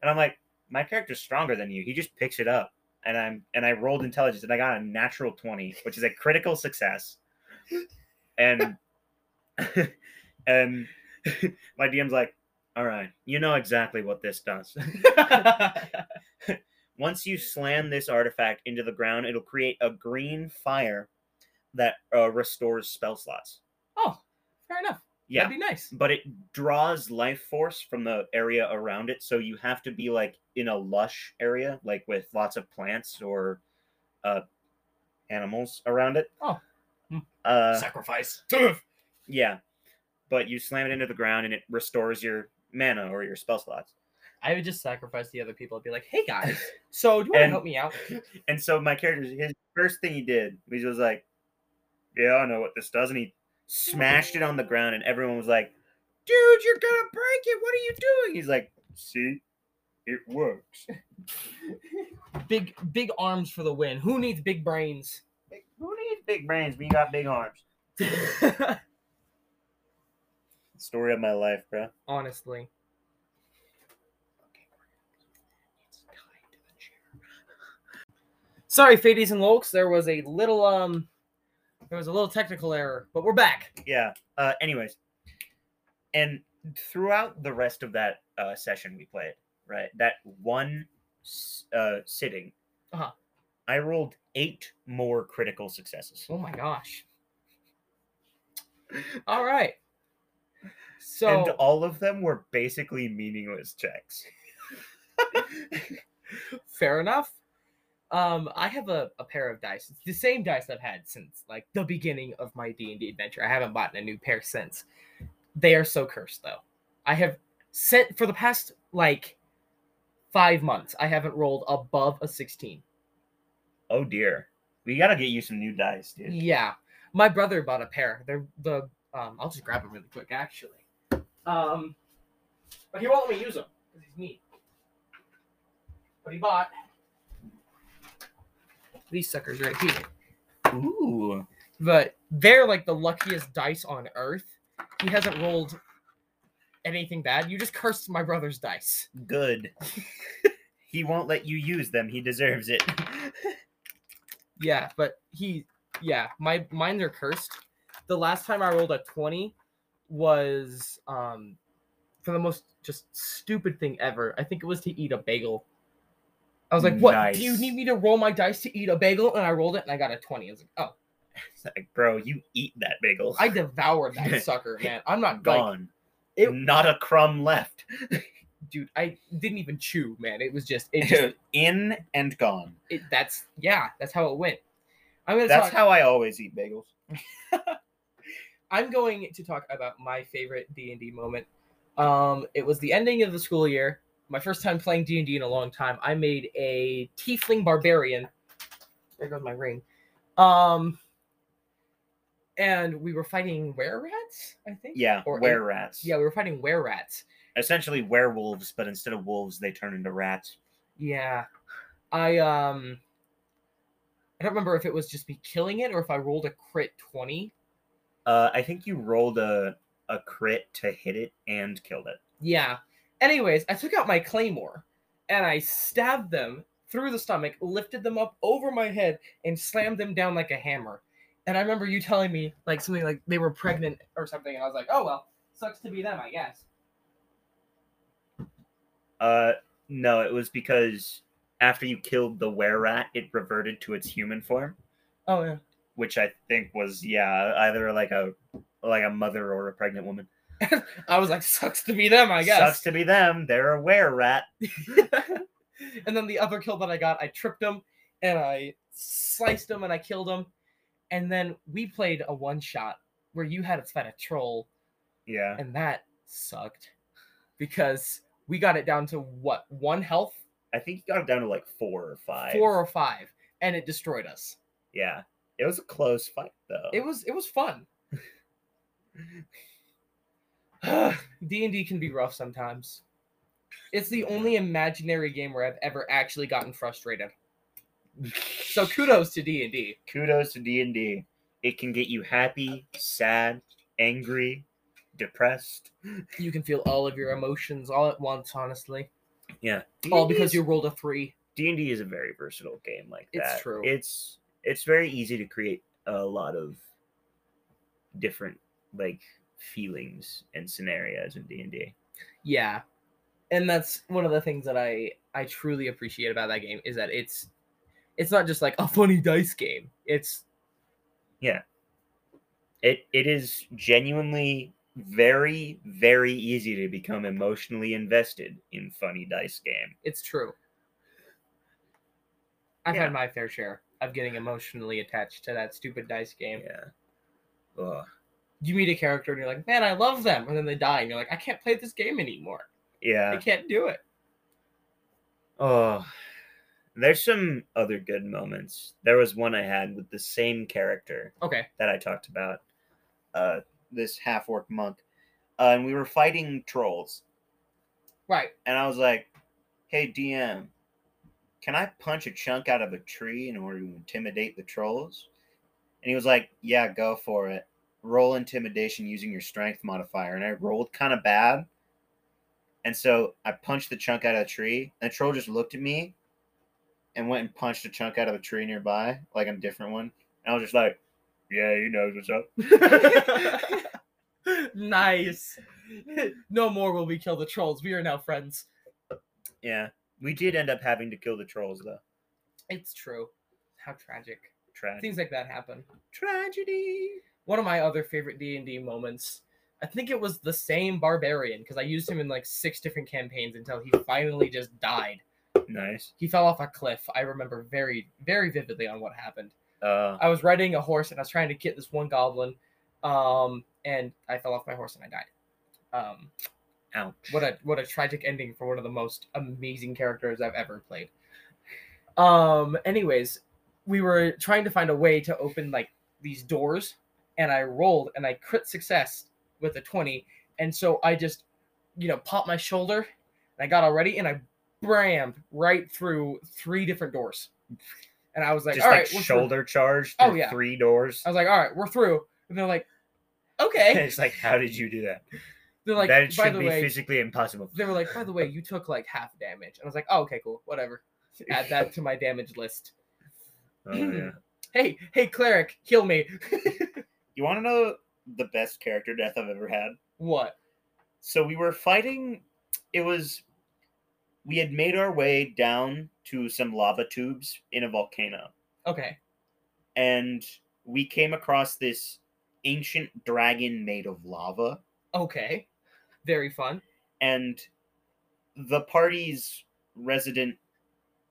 S3: And I'm like, my character's stronger than you. He just picks it up. And I'm and I rolled intelligence and I got a natural 20, which is a critical success. And <laughs> and <laughs> my DM's like, all right, you know exactly what this does. <laughs> Once you slam this artifact into the ground, it'll create a green fire that uh, restores spell slots.
S2: oh, fair enough.
S3: Yeah,
S2: That'd be nice.
S3: but it draws life force from the area around it, so you have to be like in a lush area, like with lots of plants or uh, animals around it.
S2: Oh. Hmm.
S3: uh,
S2: Sacrifice. Turf.
S3: yeah. But you slam it into the ground, and it restores your mana or your spell slots.
S2: <laughs> I would just sacrifice the other people. I'd be like, hey guys, so do you want to
S3: And-
S2: help me out?
S3: And so my character, his first thing he did was he was like, "Yeah, I know what this does," and he smashed it on the ground, and everyone was like, "Dude, you're gonna break it! What are you doing?" He's like, "See, it works." <laughs>
S2: Big big arms for the win. Who needs big brains? Like, Who needs
S3: get big brains when you got big arms. Story of my life, bro.
S2: Honestly. <laughs> Sorry, Fades and Lolks. There was a little um, there was a little technical error, but we're back.
S3: Yeah. Uh, anyways, and throughout the rest of that uh, session we played, right, that one s- uh, sitting,
S2: Uh-huh.
S3: I rolled eight more critical successes.
S2: Oh my gosh. All right. So
S3: and all of them were basically meaningless checks.
S2: <laughs> fair enough. Um, I have a, a pair of dice. It's the same dice I've had since like the beginning of my D and D adventure. I haven't bought a new pair since. They are so cursed though. I have sent for the past like five months. I haven't rolled above a sixteen.
S3: Oh dear. We gotta get you some new dice, dude.
S2: Yeah, my brother bought a pair. They're the um, I'll just grab them really quick actually. Um, but he won't let me use them because he's mean. But he bought these suckers right here.
S3: Ooh.
S2: but they're like the luckiest dice on earth. He hasn't rolled anything bad. You just cursed my brother's dice.
S3: Good.
S2: <laughs>
S3: he won't let you use them. He deserves it. <laughs>
S2: Yeah, but he, yeah, my mine are cursed. The last time I rolled a twenty was um for the most just stupid thing ever. I think it was to eat a bagel. I was like, "What? Do you
S3: Nice.
S2: need me to roll my dice to eat a bagel?" And I rolled it, and I got a twenty. I was like, "Oh,
S3: It's like, bro, you eat that bagel. <laughs>
S2: I devoured that sucker, man! I'm not like,
S3: Gone.
S2: it-
S3: Not a crumb
S2: <laughs>
S3: left.
S2: dude. I didn't even chew, man. It was just, it just
S3: In and gone.
S2: it, that's yeah, that's how it went. I'm gonna
S3: That's
S2: talk,
S3: how I always eat bagels.
S2: I'm going to talk about my favorite D and D moment. Um, it was the ending of the school year. My first time playing D and D in a long time. I made a tiefling barbarian. There goes my ring. Um, and we were fighting were rats, I think.
S3: Yeah,
S2: Or-
S3: were rats.
S2: Yeah, we were fighting were rats.
S3: Essentially werewolves, but instead of wolves, they turn into rats.
S2: Yeah. I um I don't remember if it was just me killing it or if I rolled a crit 20
S3: Uh, I think you rolled a a crit to hit it and killed it.
S2: Yeah. Anyways, I took out my claymore and I stabbed them through the stomach, lifted them up over my head, and slammed them down like a hammer. And I remember you telling me like something like they were pregnant or something, and I was like, oh well, sucks to be them, I guess.
S3: Uh, no, it was because after you killed the were rat, it reverted to its human form,
S2: Oh yeah.
S3: which I think was yeah either like a like a mother or a pregnant woman.
S2: I was like, sucks to be them, I
S3: Sucks
S2: guess.
S3: to be them. They're a were rat.
S2: <laughs> and then the other kill that I got, I tripped him and I sliced him and I killed him. And then we played a one shot where you had to fight a troll
S3: Yeah,
S2: and that sucked because we got it down to what one health,
S3: I think you got it down to like four or five.
S2: four or five, and it destroyed us.
S3: Yeah, it was a close fight though.
S2: It was it was fun. <sighs> D and D can be rough sometimes. It's the only imaginary game where I've ever actually gotten frustrated.
S3: <laughs>
S2: So kudos to D and D.
S3: kudos to d&d it can get you happy sad angry depressed
S2: You can feel all of your emotions all at once, honestly.
S3: yeah
S2: All because
S3: is-
S2: you rolled a three.
S3: d&d is a very versatile game like
S2: It's
S3: that
S2: true.
S3: it's it's very easy to create a lot of different like feelings and scenarios in d&d
S2: Yeah. And that's one of the things that I I truly appreciate about that game is that it's it's not just like a funny dice game. It's
S3: it it is genuinely very very easy to become emotionally invested in funny dice game
S2: it's true. I've
S3: Yeah.
S2: had my fair share of getting emotionally attached to that stupid dice game.
S3: yeah Ugh.
S2: You meet a character and you're like, "Man, I love them," and then they die, and you're like, "I can't play this game anymore.
S3: yeah
S2: I can't do it."
S3: Oh, there's some other good moments. There was one I had with the same character
S2: Okay.
S3: that I talked about, uh, this half orc monk, uh, and we were fighting trolls.
S2: Right. <laughs>
S3: And I was like, "Hey DM, can I punch a chunk out of a tree in order to intimidate the trolls?" And he was like, "Yeah, go for it. Roll intimidation using your strength modifier." And I rolled kind of bad, and so I punched the chunk out of the tree. And the troll just looked at me, and went and punched a chunk out of a tree nearby, like a different one. And I was just like, "Yeah, he knows what's up."
S2: nice. no more will we kill the trolls. We are now friends.
S3: Yeah, we did end up having to kill the trolls though.
S2: It's true. How tragic.
S3: Tragic.
S2: Things like that happen.
S3: Tragedy.
S2: One of my other favorite D&D moments. I think it was the same barbarian because I used him in like six different campaigns until he finally just died.
S3: Nice.
S2: He fell off a cliff. I remember very very vividly on what happened.
S3: Uh,
S2: I was riding a horse and I was trying to get this one goblin, um, and I fell off my horse and I died. Um,
S3: ouch.
S2: what a what a tragic ending for one of the most amazing characters I've ever played. Um. Anyways, we were trying to find a way to open like these doors, and I rolled and I crit success with a twenty, and so I just, you know, popped my shoulder, and I got all ready, and I brammed right through three different doors, and I was like,
S3: just
S2: all
S3: like
S2: right, we're through."
S3: shoulder charge.
S2: Oh,
S3: through
S2: yeah.
S3: Three doors.
S2: I was like, all right, we're through, and they're like,
S3: <laughs>
S2: okay,
S3: it's like, how did you do that?
S2: they're like,
S3: that
S2: by
S3: should
S2: the
S3: be
S2: way,
S3: physically impossible.
S2: they were like, by the way, you took like half damage. And I was like, oh, okay, cool, whatever. Add that to my damage list.
S3: <laughs> Oh, yeah.
S2: <clears throat> Hey, hey, cleric, heal me.
S3: <clears throat> You want to know the best character death I've ever had?
S2: what?
S3: So we were fighting. It was. We had made our way down to some lava tubes in a volcano,
S2: Okay.
S3: and we came across this ancient dragon made of lava.
S2: Okay. Very fun.
S3: and the party's resident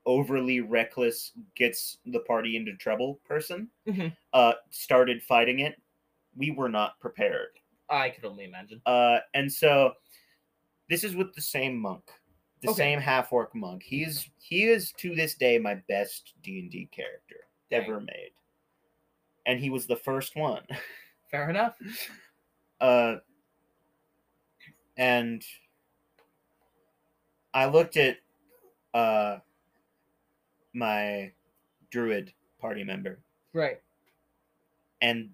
S3: overly reckless gets the party into trouble person
S2: Mhm.
S3: uh started fighting it we were not prepared
S2: I could only imagine.
S3: uh and so this is with the same monk the
S2: Okay.
S3: same half orc monk he's he is to this day my best d&d character
S2: Right.
S3: ever made and he was the first one
S2: Fair enough.
S3: uh, and I looked at uh, my druid party member,
S2: Right.
S3: and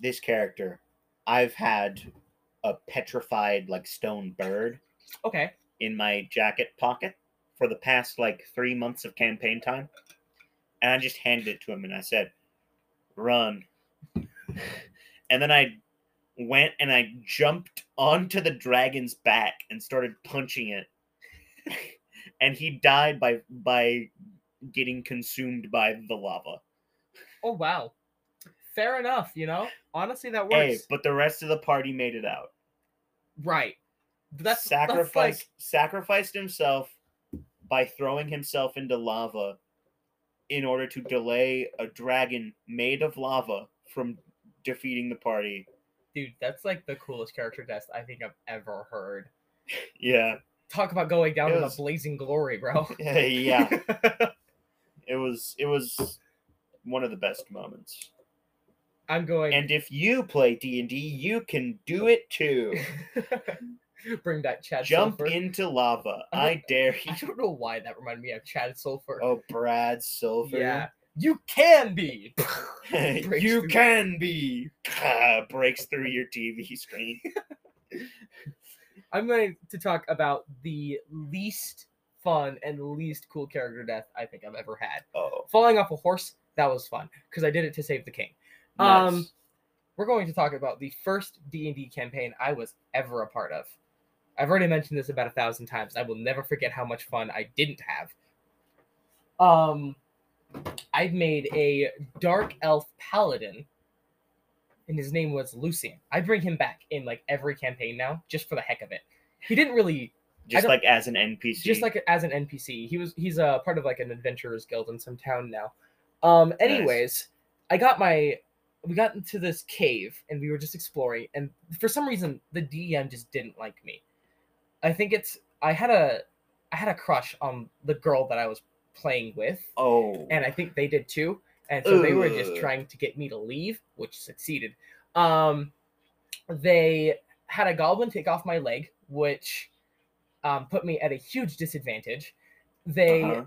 S3: this character, I've had a petrified like stone bird
S2: Okay.
S3: in my jacket pocket for the past like three months of campaign time, and I just handed it to him and I said, "Run," <laughs> and then I went and I jumped onto the dragon's back and started punching it, <laughs> and he died by by getting consumed by the lava.
S2: Oh, wow. Fair enough, you know? Honestly, that works.
S3: Hey, but the rest of the party made it out.
S2: Right. That's That's
S3: sacrificed
S2: like,
S3: sacrificed himself by throwing himself into lava in order to delay a dragon made of lava from defeating the party.
S2: dude, that's like the coolest character test I think I've ever heard.
S3: Yeah.
S2: Talk about going down
S3: It
S2: in a
S3: was-
S2: blazing glory, bro. <laughs>
S3: yeah. It was it was one of the best moments.
S2: I'm going.
S3: And if you play D&D, you can do it
S2: <laughs>
S3: too.
S2: <laughs> Bring back Chad
S3: Jump
S2: Sulfur. <laughs>
S3: into lava.
S2: I don't-
S3: I dare you.
S2: I don't know why that reminded me of Chad Sulfur.
S3: Oh, Brad Silver. <laughs>
S2: yeah. You can be. Breaks
S3: you
S2: through-
S3: can be <laughs> breaks through your TV screen.
S2: I'm going to talk about the least fun and least cool character death I think I've ever had.
S3: Oh,
S2: Falling off a horse, that was fun because I did it to save the king.
S3: nice.
S2: Um, We're going to talk about the first D&D campaign I was ever a part of. I've already mentioned this about a thousand times. I will never forget how much fun I didn't have. Um, I made a dark elf paladin, and his name was Lucian. I bring him back in like every campaign now, just for the heck of it. He didn't really,
S3: just
S2: don't-
S3: like as an NPC.
S2: just like as an NPC. He was he's a part of like an adventurers guild in some town now. Um, anyways, I got my we got into this cave and we were just exploring, and for some reason the DM just didn't like me. I think it's I had a I had a crush on the girl that I was playing with
S3: oh,
S2: and I think they did too. And so they were just
S3: Ugh.
S2: trying to get me to leave, which succeeded. Um, they had a goblin take off my leg, which um, put me at a huge disadvantage. They
S3: uh-huh.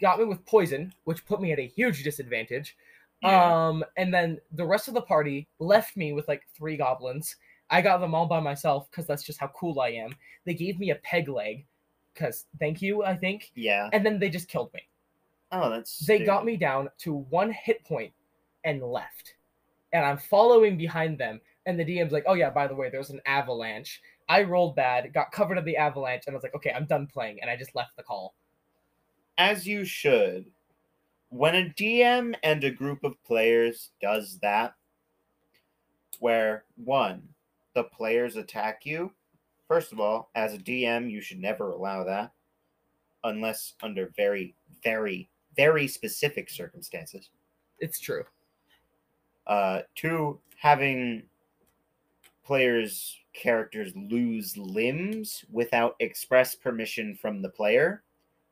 S2: got me with poison, which put me at a huge disadvantage.
S3: Yeah.
S2: Um, and then the rest of the party left me with like three goblins. I got them all by myself because that's just how cool I am. They gave me a peg leg, because thank you, I think.
S3: yeah.
S2: And then they just killed me.
S3: Oh, that's.
S2: They got
S3: stupid.
S2: me down to one hit point and left. And I'm following behind them. And the DM's like, oh, yeah, by the way, there's an avalanche. I rolled bad, got covered in the avalanche, and I was like, okay, I'm done playing. And I just left the call.
S3: as you should. When a DM and a group of players does that, where one, the players attack you, first of all, as a DM, you should never allow that unless under very, very, very specific circumstances.
S2: It's true.
S3: Uh, two, having players' characters lose limbs without express permission from the player,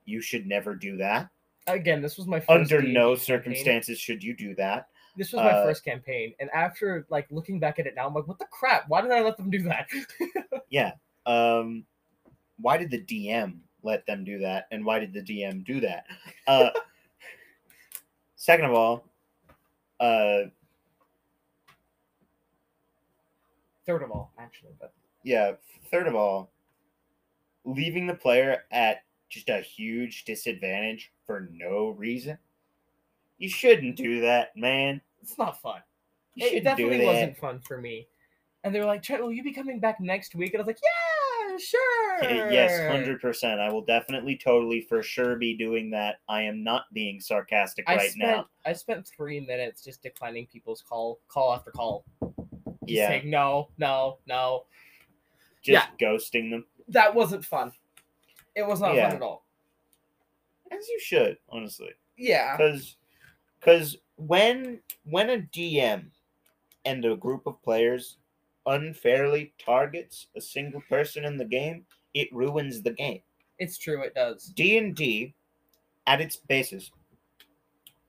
S3: you should never do that
S2: Again, this was my first
S3: under
S2: D&D
S3: no
S2: campaign.
S3: circumstances should you do that.
S2: This was my
S3: uh,
S2: first campaign, and after like looking back at it now, I'm like, what the crap? Why did I let them do that? <laughs>
S3: Um, why did the DM let them do that, and why did the DM do that? Uh, <laughs> second of all, uh,
S2: Third of all, actually, but
S3: yeah. Third of all, leaving the player at just a huge disadvantage for no reason. You shouldn't do that, man.
S2: it's not fun.
S3: You
S2: it
S3: shouldn't
S2: definitely
S3: do that.
S2: wasn't fun for me. And they were like, Chet, will you be coming back next week? And I was like, yeah, sure.
S3: Yes, hundred percent. I will definitely, totally, for sure be doing that. I am not being sarcastic
S2: I
S3: right
S2: spent
S3: now.
S2: I spent three minutes just declining people's call call after call. Just
S3: Yeah.
S2: saying no, no, no.
S3: Just ghosting them,
S2: That wasn't fun. It was not
S3: Yeah.
S2: fun at all.
S3: as you should, honestly,
S2: Yeah.
S3: because because when when a DM and a group of players unfairly targets a single person in the game, it ruins the game.
S2: It's true, it does.
S3: D&D at its basis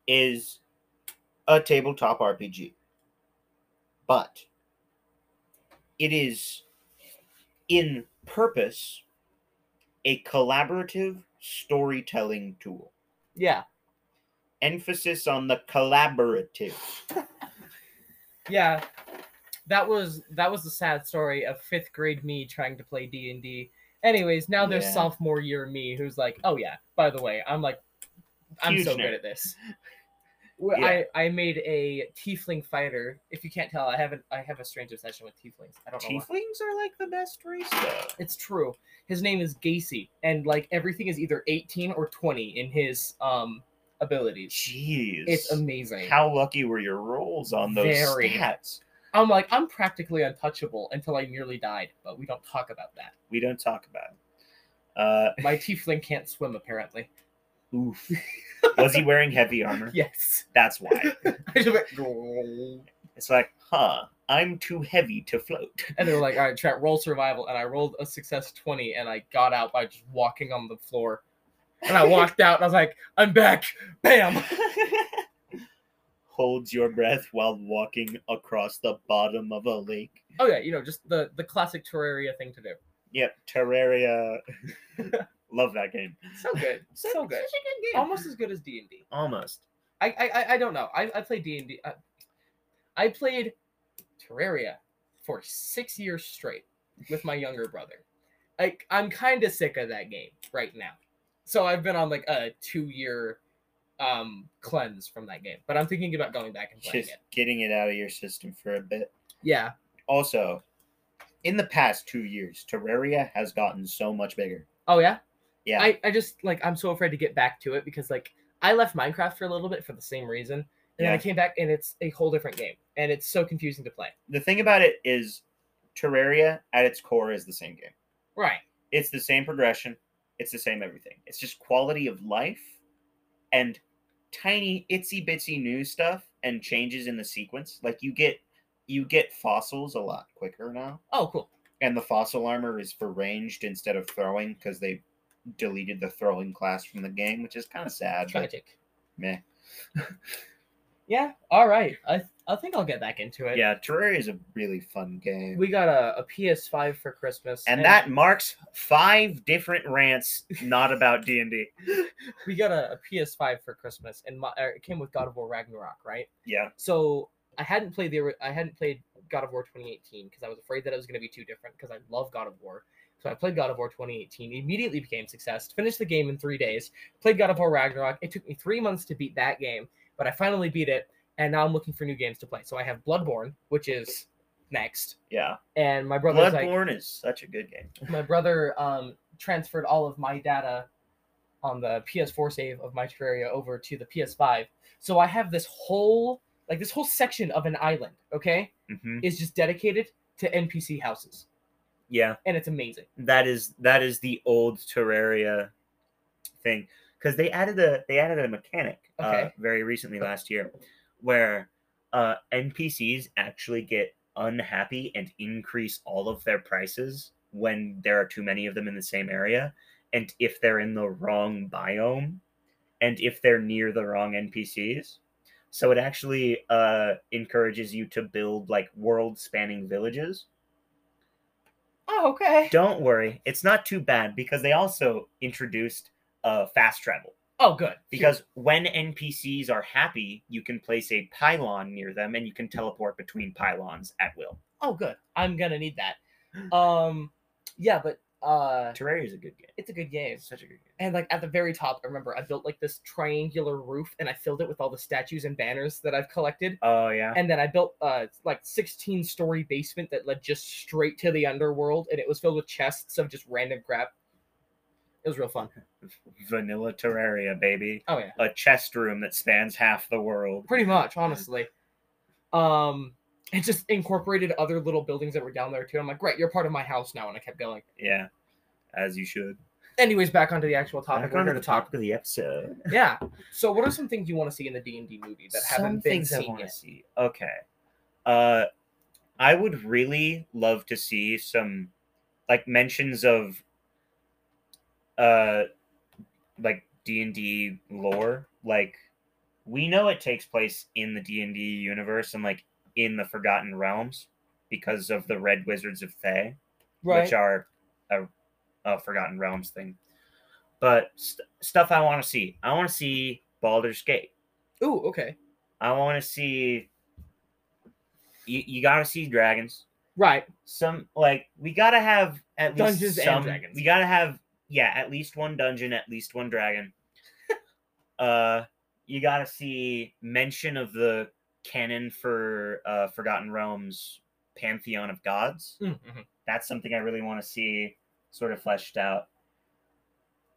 S3: is a tabletop RPG. But it is in purpose a collaborative storytelling tool.
S2: Yeah.
S3: Emphasis on the collaborative.
S2: yeah that was that was the sad story of fifth grade me trying to play d&d anyways now there's
S3: Yeah.
S2: sophomore year me who's like oh yeah by the way i'm like i'm
S3: Huge
S2: so
S3: nerd.
S2: good at this Well,
S3: Yeah.
S2: I, I made a tiefling fighter if you can't tell i haven't i have a strange obsession with tieflings i don't know why.
S3: Tieflings are like the best race though.
S2: it's true his name is gacy and like everything is either 18 or 20 in his um abilities
S3: Jeez.
S2: it's amazing
S3: How lucky were your rolls on those
S2: Very.
S3: stats?
S2: i'm like i'm practically untouchable until i nearly died but we don't talk about that
S3: We don't talk about it. Uh,
S2: My tiefling can't swim, apparently. <laughs>
S3: Oof. Was he wearing heavy armor?
S2: Yes. <laughs>
S3: That's why.
S2: I just went,
S3: It's like, huh, I'm too heavy to float. <laughs>
S2: and they were like, all right, chat, roll survival. And I rolled a success 20, and I got out by just walking on the floor. And I walked out, and I was like, I'm back. Bam. <laughs>
S3: Holds your breath while walking across the bottom of a lake.
S2: Oh, yeah, you know, just the, the classic Terraria thing to do.
S3: Yep, Terraria. <laughs> Love that game.
S2: So good. So good.
S3: Such a good game.
S2: Almost as good as D&D.
S3: Almost.
S2: I, I, I- I don't know. I, I played D&D. I, uh, I played Terraria for six years straight with my younger brother. Like I'm kind of sick of that game right now, so I've been on like a two-year um cleanse from that game. But I'm thinking about going back and playing
S3: Just
S2: it.
S3: getting it out of your system for a bit.
S2: Yeah,
S3: Also, in the past two years, Terraria has gotten so much bigger.
S2: Oh yeah.
S3: Yeah.
S2: I, I just like I'm so afraid to get back to it because like I left Minecraft for a little bit for the same reason, and then I
S3: Yeah.
S2: came back and it's a whole different game, and it's so confusing to play.
S3: the thing about it is, Terraria at its core is the same game.
S2: Right.
S3: it's the same progression it's the same everything it's just quality of life and tiny itsy bitsy new stuff and changes in the sequence like you get you get fossils a lot quicker now
S2: Oh cool.
S3: and the fossil armor is for ranged instead of throwing because they deleted the throwing class from the game which is kind of sad but
S2: Tragic.
S3: meh
S2: <laughs> Yeah. All right. I I think I'll get back into it.
S3: Yeah, Terraria is a really fun game.
S2: We got a, a PS5 for Christmas,
S3: and that marks five different rants not about D and D.
S2: we got a, a PS5 for Christmas, and my, er, it came with God of War Ragnarok, right?
S3: Yeah,
S2: So I hadn't played the ori- I hadn't played God of War 2018 because I was afraid that it was going to be too different because I love God of War. So I played God of War 2018, immediately became success, finished the game in three days, played God of War Ragnarok. It took me three months to beat that game, but I finally beat it, and now I'm looking for new games to play. So I have Bloodborne, which is next,
S3: yeah.
S2: and my brother's like,
S3: Bloodborne is such a good game.
S2: my brother um, transferred all of my data on the PS4 save of my Terraria over to the PS5. So I have this whole like this whole section of an island, okay,
S3: hmm
S2: is just dedicated to NPC houses,
S3: Yeah,
S2: and it's amazing.
S3: that is that is the old Terraria thing because they added a they added a mechanic uh,
S2: Okay.
S3: very recently last year where uh, NPCs actually get unhappy and increase all of their prices when there are too many of them in the same area and if they're in the wrong biome and if they're near the wrong NPCs. So it actually uh, encourages you to build like world spanning villages.
S2: Oh, okay.
S3: Don't worry, it's not too bad because they also introduced uh, fast travel.
S2: Oh, good.
S3: Because when NPCs are happy, you can place a pylon near them and you can teleport between pylons at will.
S2: oh, good. I'm gonna need that. Um, yeah, but uh,
S3: Terraria is a good game.
S2: it's a good game.
S3: It's such a good game.
S2: And like at the very top, I remember I built like this triangular roof, and I filled it with all the statues and banners that I've collected.
S3: Oh yeah,
S2: and then I built uh like 16 story basement that led just straight to the underworld, and it was filled with chests of just random crap. It was real fun.
S3: vanilla Terraria, baby.
S2: Oh yeah,
S3: A chest room that spans half the world.
S2: pretty much, honestly. Um, it just incorporated other little buildings that were down there too. I'm like, great, you're part of my house now, and I kept going.
S3: Yeah, as you should.
S2: Anyways, back onto the actual topic.
S3: Back
S2: We're
S3: onto
S2: here
S3: the
S2: to talk.
S3: topic of the episode.
S2: Yeah. So, what are some things you want to see in the D and D movie that haven't been
S3: I
S2: seen
S3: wanna
S2: yet?
S3: see. Okay. Uh I would really love to see some like mentions of uh like D&D lore like we know it takes place in the D&D universe and like in the Forgotten Realms because of the Red Wizards of Thay which are a, a Forgotten Realms thing. But st- stuff I want to see. I want to see Baldur's Gate.
S2: Ooh. Okay.
S3: I want to see. You, you gotta see dragons.
S2: Right.
S3: Some like we gotta have at least
S2: Dungeons and
S3: some.
S2: dragons.
S3: We gotta have yeah, at least one dungeon, at least one dragon. <laughs> uh, you gotta see mention of the canon for uh, Forgotten Realms pantheon of gods
S2: Mm-hmm.
S3: that's something I really want to see sort of fleshed out.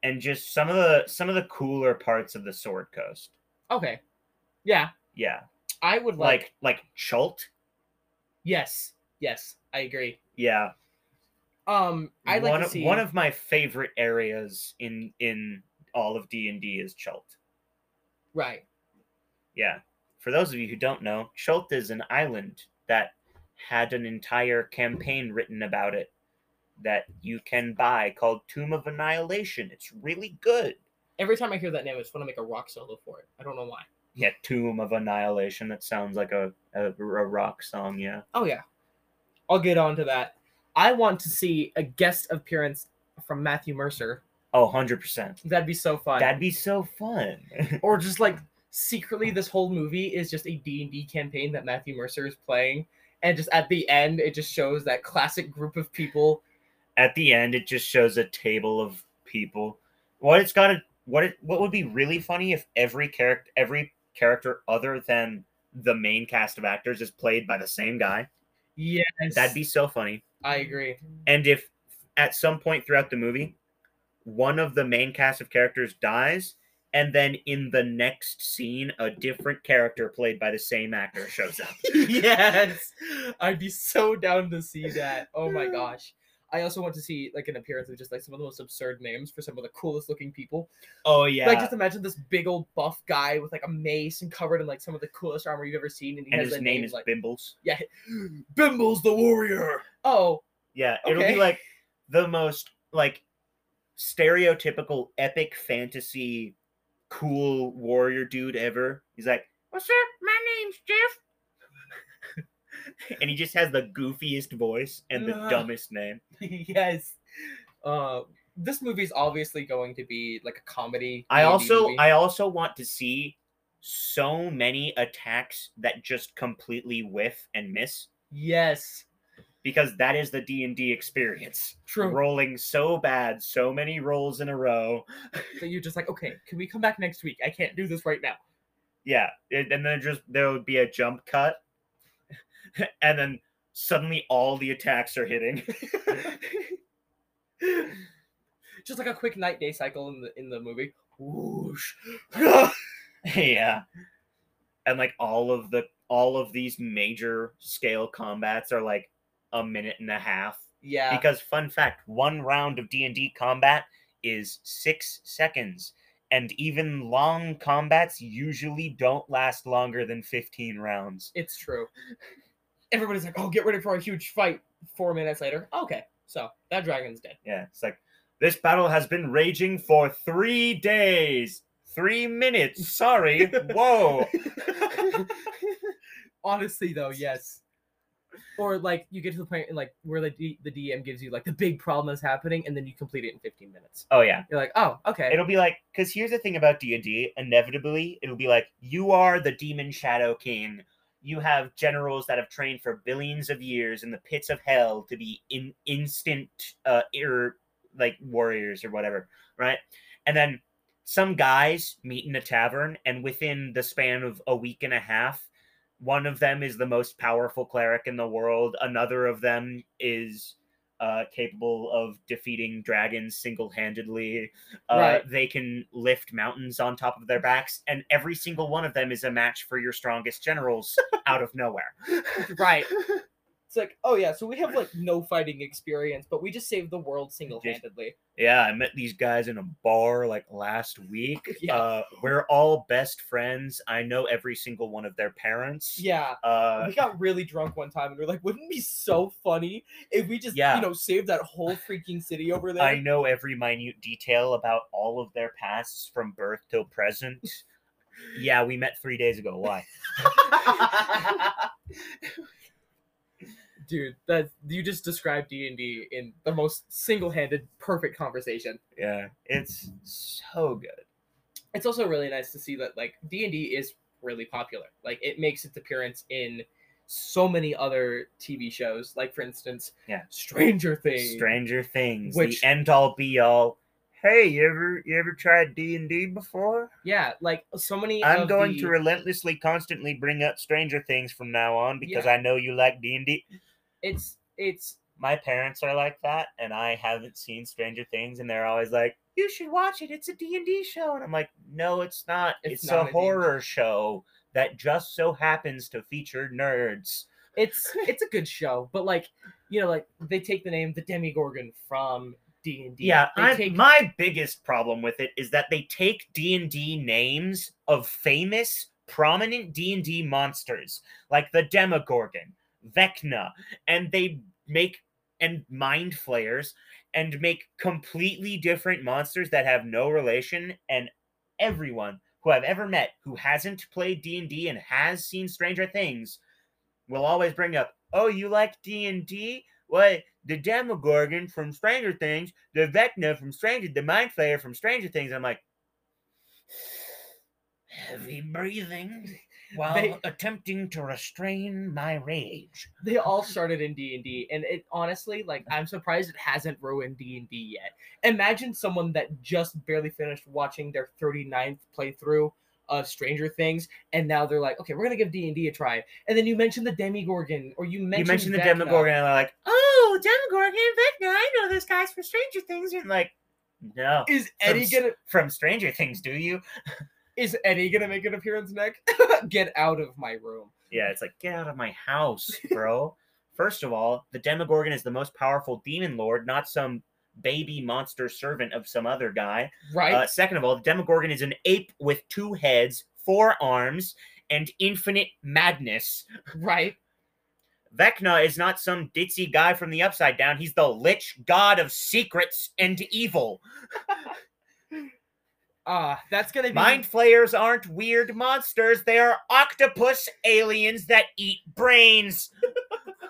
S3: And just some of the some of the cooler parts of the Sword Coast.
S2: Okay. Yeah,
S3: Yeah.
S2: I would like.
S3: Like like Chult.
S2: Yes. Yes, I agree.
S3: Yeah.
S2: Um, I like
S3: one,
S2: to
S3: of-
S2: see
S3: one of my favorite areas in in all of D&D is Chult.
S2: right.
S3: Yeah. For those of you who don't know, Chult is an island that had an entire campaign written about it that you can buy called Tomb of Annihilation. It's really good.
S2: Every time I hear that name, I just want to make a rock solo for it. I don't know why.
S3: Yeah, Tomb of Annihilation. That sounds like a, a, a rock song, yeah.
S2: Oh yeah, I'll get on to that. I want to see a guest appearance from Matthew Mercer.
S3: Oh, 100%.
S2: That'd be so fun.
S3: That'd be so fun. <laughs>
S2: Or just like secretly, this whole movie is just a D and D campaign that Matthew Mercer is playing, and just at the end, it just shows that classic group of people.
S3: At the end, it just shows a table of people. What it's got to what it what would be really funny if every character every character other than the main cast of actors is played by the same guy.
S2: Yes,
S3: That'd be so funny.
S2: I agree.
S3: And if at some point throughout the movie, one of the main cast of characters dies, and then in the next scene, a different character played by the same actor shows
S2: <laughs>
S3: up. <laughs>
S2: yes, <laughs> I'd be so down to see that. Oh my gosh. I also want to see like an appearance of just like some of the most absurd names for some of the coolest looking people.
S3: Oh yeah,
S2: Like just imagine this big old buff guy with like a mace and covered in like some of the coolest armor you've ever seen, and he
S3: and
S2: has
S3: his
S2: a
S3: name, is
S2: like
S3: Bimbles.
S2: yeah. <gasps>
S3: Bimbles the warrior.
S2: Oh <laughs>
S3: Yeah, it'll be
S2: Okay.
S3: like the most like stereotypical epic fantasy cool warrior dude ever. He's like, "What's up? My
S2: name's Jeff.
S3: <laughs> and he just has the goofiest voice and the
S2: Ugh. dumbest
S3: dumbest name.
S2: yes. Uh, this movie is obviously going to be like a comedy.
S3: I
S2: D&D
S3: also
S2: movie.
S3: I also want to see so many attacks that just completely whiff and miss
S2: yes,
S3: because that is the D&D experience.
S2: true.
S3: Rolling so bad, so many rolls in a row.
S2: That you're just like, okay, can we come back next week? I can't do this right now.
S3: Yeah, and and then just there would be a jump cut <laughs> and then suddenly all the attacks are hitting. <laughs>
S2: <laughs> Just like a quick night day cycle in the in the movie. Whoosh. <laughs>
S3: yeah and like all of the all of these major scale combats are like a minute and a half
S2: Yeah.
S3: because fun fact one round of d&d combat is six seconds and even long combats usually don't last longer than 15 rounds
S2: It's true. Everybody's like, oh, get ready for a huge fight. Four minutes later, okay, so that dragon's dead.
S3: yeah it's like this battle has been raging for three days three minutes sorry whoa
S2: <laughs> Honestly, though, yes. Or like you get to the point in like where the D- the DM gives you like the big problem is happening, and then you complete it in 15 minutes.
S3: oh yeah
S2: You're like, oh, okay,
S3: It'll be like because here's the thing about D and D. Inevitably, it'll be like you are the demon shadow king. You have generals that have trained for billions of years in the pits of hell to be in instant uh ir- like warriors or whatever, right? And then some guys meet in a tavern, and within the span of a week and a half, one of them is the most powerful cleric in the world. Another of them is uh, capable of defeating dragons single-handedly. Uh,
S2: Right.
S3: They can lift mountains on top of their backs, and every single one of them is a match for your
S2: <laughs>
S3: strongest generals out of nowhere.
S2: right. <laughs> It's like, oh yeah, so we have like no fighting experience, but we just saved the world single handedly.
S3: Yeah, I met these guys in a bar like last week.
S2: Yeah.
S3: Uh, we're all best friends. I know every single one of their parents.
S2: Yeah.
S3: Uh,
S2: we got really drunk one time and we are like, wouldn't it be so funny if we just,
S3: Yeah.
S2: you know, saved that whole freaking city over there?
S3: I know every minute detail about all of their pasts from birth
S2: <laughs>
S3: till present. yeah, we met three days ago. Why?
S2: <laughs> Dude, that you just described D and D in the most single-handed, perfect conversation.
S3: Yeah, it's so good.
S2: It's also really nice to see that like D and D is really popular. Like it makes its appearance in so many other TV shows. Like for instance,
S3: Yeah.
S2: Stranger Things.
S3: Stranger Things,
S2: Which-
S3: the end all be all. Hey, you ever you ever tried D and D before?
S2: yeah, like so many.
S3: I'm
S2: of
S3: going
S2: the-
S3: to relentlessly, constantly bring up Stranger Things from now on because
S2: Yeah.
S3: I know you like D and D.
S2: It's it's
S3: My parents are like that, and I haven't seen Stranger Things, and they're always like, "You should watch it. It's a D and D show." And I'm like, "No, it's not.
S2: It's
S3: It's,
S2: not a
S3: a
S2: D&D
S3: horror show that just so happens to feature nerds."
S2: it's it's a good show, but like you know, like they take the name the Demigorgon from D and D.
S3: Yeah,
S2: they
S3: I,
S2: take
S3: my biggest problem with it is that they take D and D names of famous, prominent D and D monsters like the Demogorgon, Vecna, and they make and Mind Flayers, and make completely different monsters that have no relation. And everyone who I've ever met who hasn't played D and D and has seen Stranger Things will always bring up, "Oh, you like D and D? Well, the Demogorgon from Stranger Things, the Vecna from Stranger, the Mind Flayer from Stranger Things." I'm like, heavy breathing while
S2: They-
S3: attempting to restrain my rage.
S2: they all started in D and D, and it honestly, like, I'm surprised it hasn't ruined D and D yet. Imagine someone that just barely finished watching their 39th playthrough of Stranger Things, and now they're like, okay, we're gonna give D and D a try, and then you mention the Demigorgon, or you mention
S3: you mentioned the
S2: Vecna.
S3: Demogorgon, and they're like, "Oh, Demogorgon and Vecna, I know those guys from Stranger Things." And like, no,
S2: Is Eddie
S3: s-
S2: gonna
S3: from Stranger Things, do you?
S2: is Eddie gonna make an appearance next? <laughs> Get out of my room.
S3: Yeah, it's like, get out of my house, bro. First of all, the Demogorgon is the most powerful demon lord, not some baby monster servant of some other guy.
S2: Right?
S3: Uh, second of all, the Demogorgon is an ape with two heads, four arms, and infinite madness.
S2: right?
S3: Vecna is not some ditzy guy from the upside down. He's the lich god of secrets and evil.
S2: Ah, that's gonna be
S3: Mind flayers aren't weird monsters. They are octopus aliens that eat brains.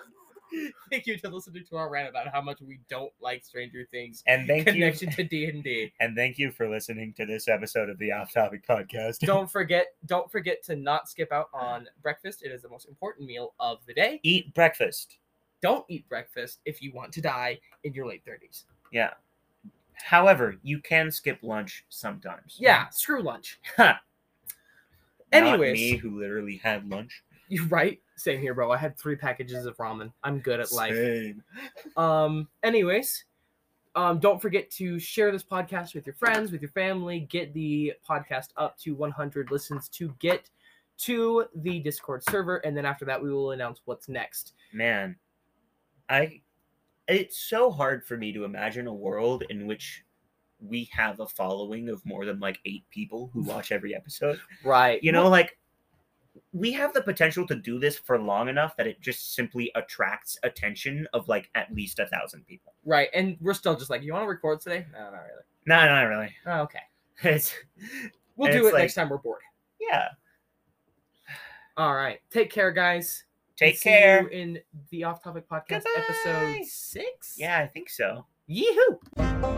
S2: <laughs> Thank you to listening to our rant about how much we don't like Stranger Things
S3: And thank you.
S2: connection to D and D.
S3: And thank you for listening to this episode of the Off Topic Podcast.
S2: Don't forget, don't forget to not skip out on breakfast. It is the most important meal of the day.
S3: eat breakfast.
S2: Don't eat breakfast if you want to die in your late thirties.
S3: However, you can skip lunch sometimes.
S2: Yeah, screw lunch. <laughs>
S3: Not
S2: Anyways.
S3: me who literally had lunch.
S2: You're right. Same here, bro. I had three packages of ramen. I'm good at life.
S3: Same.
S2: Um, anyways, um, don't forget to share this podcast with your friends, with your family. Get the podcast up to 100 listens to get to the Discord server, and then after that, we will announce what's next.
S3: Man, I. It's so hard for me to imagine a world in which we have a following of more than like eight people who watch every episode.
S2: Right.
S3: You know, like we have the potential to do this for long enough that it just simply attracts attention of like at least a thousand people.
S2: Right. And we're still just like, you want to record today? No, not really.
S3: No, not really.
S2: Oh, okay.
S3: <laughs> It's
S2: We'll
S3: And
S2: do it
S3: it's like-
S2: next time we're bored.
S3: yeah.
S2: All right. Take care, guys. We'll
S3: Take
S2: see
S3: care.
S2: you in the Off Topic Podcast
S3: Goodbye.
S2: episode six.
S3: Yeah, I think so.
S2: Yeehoo.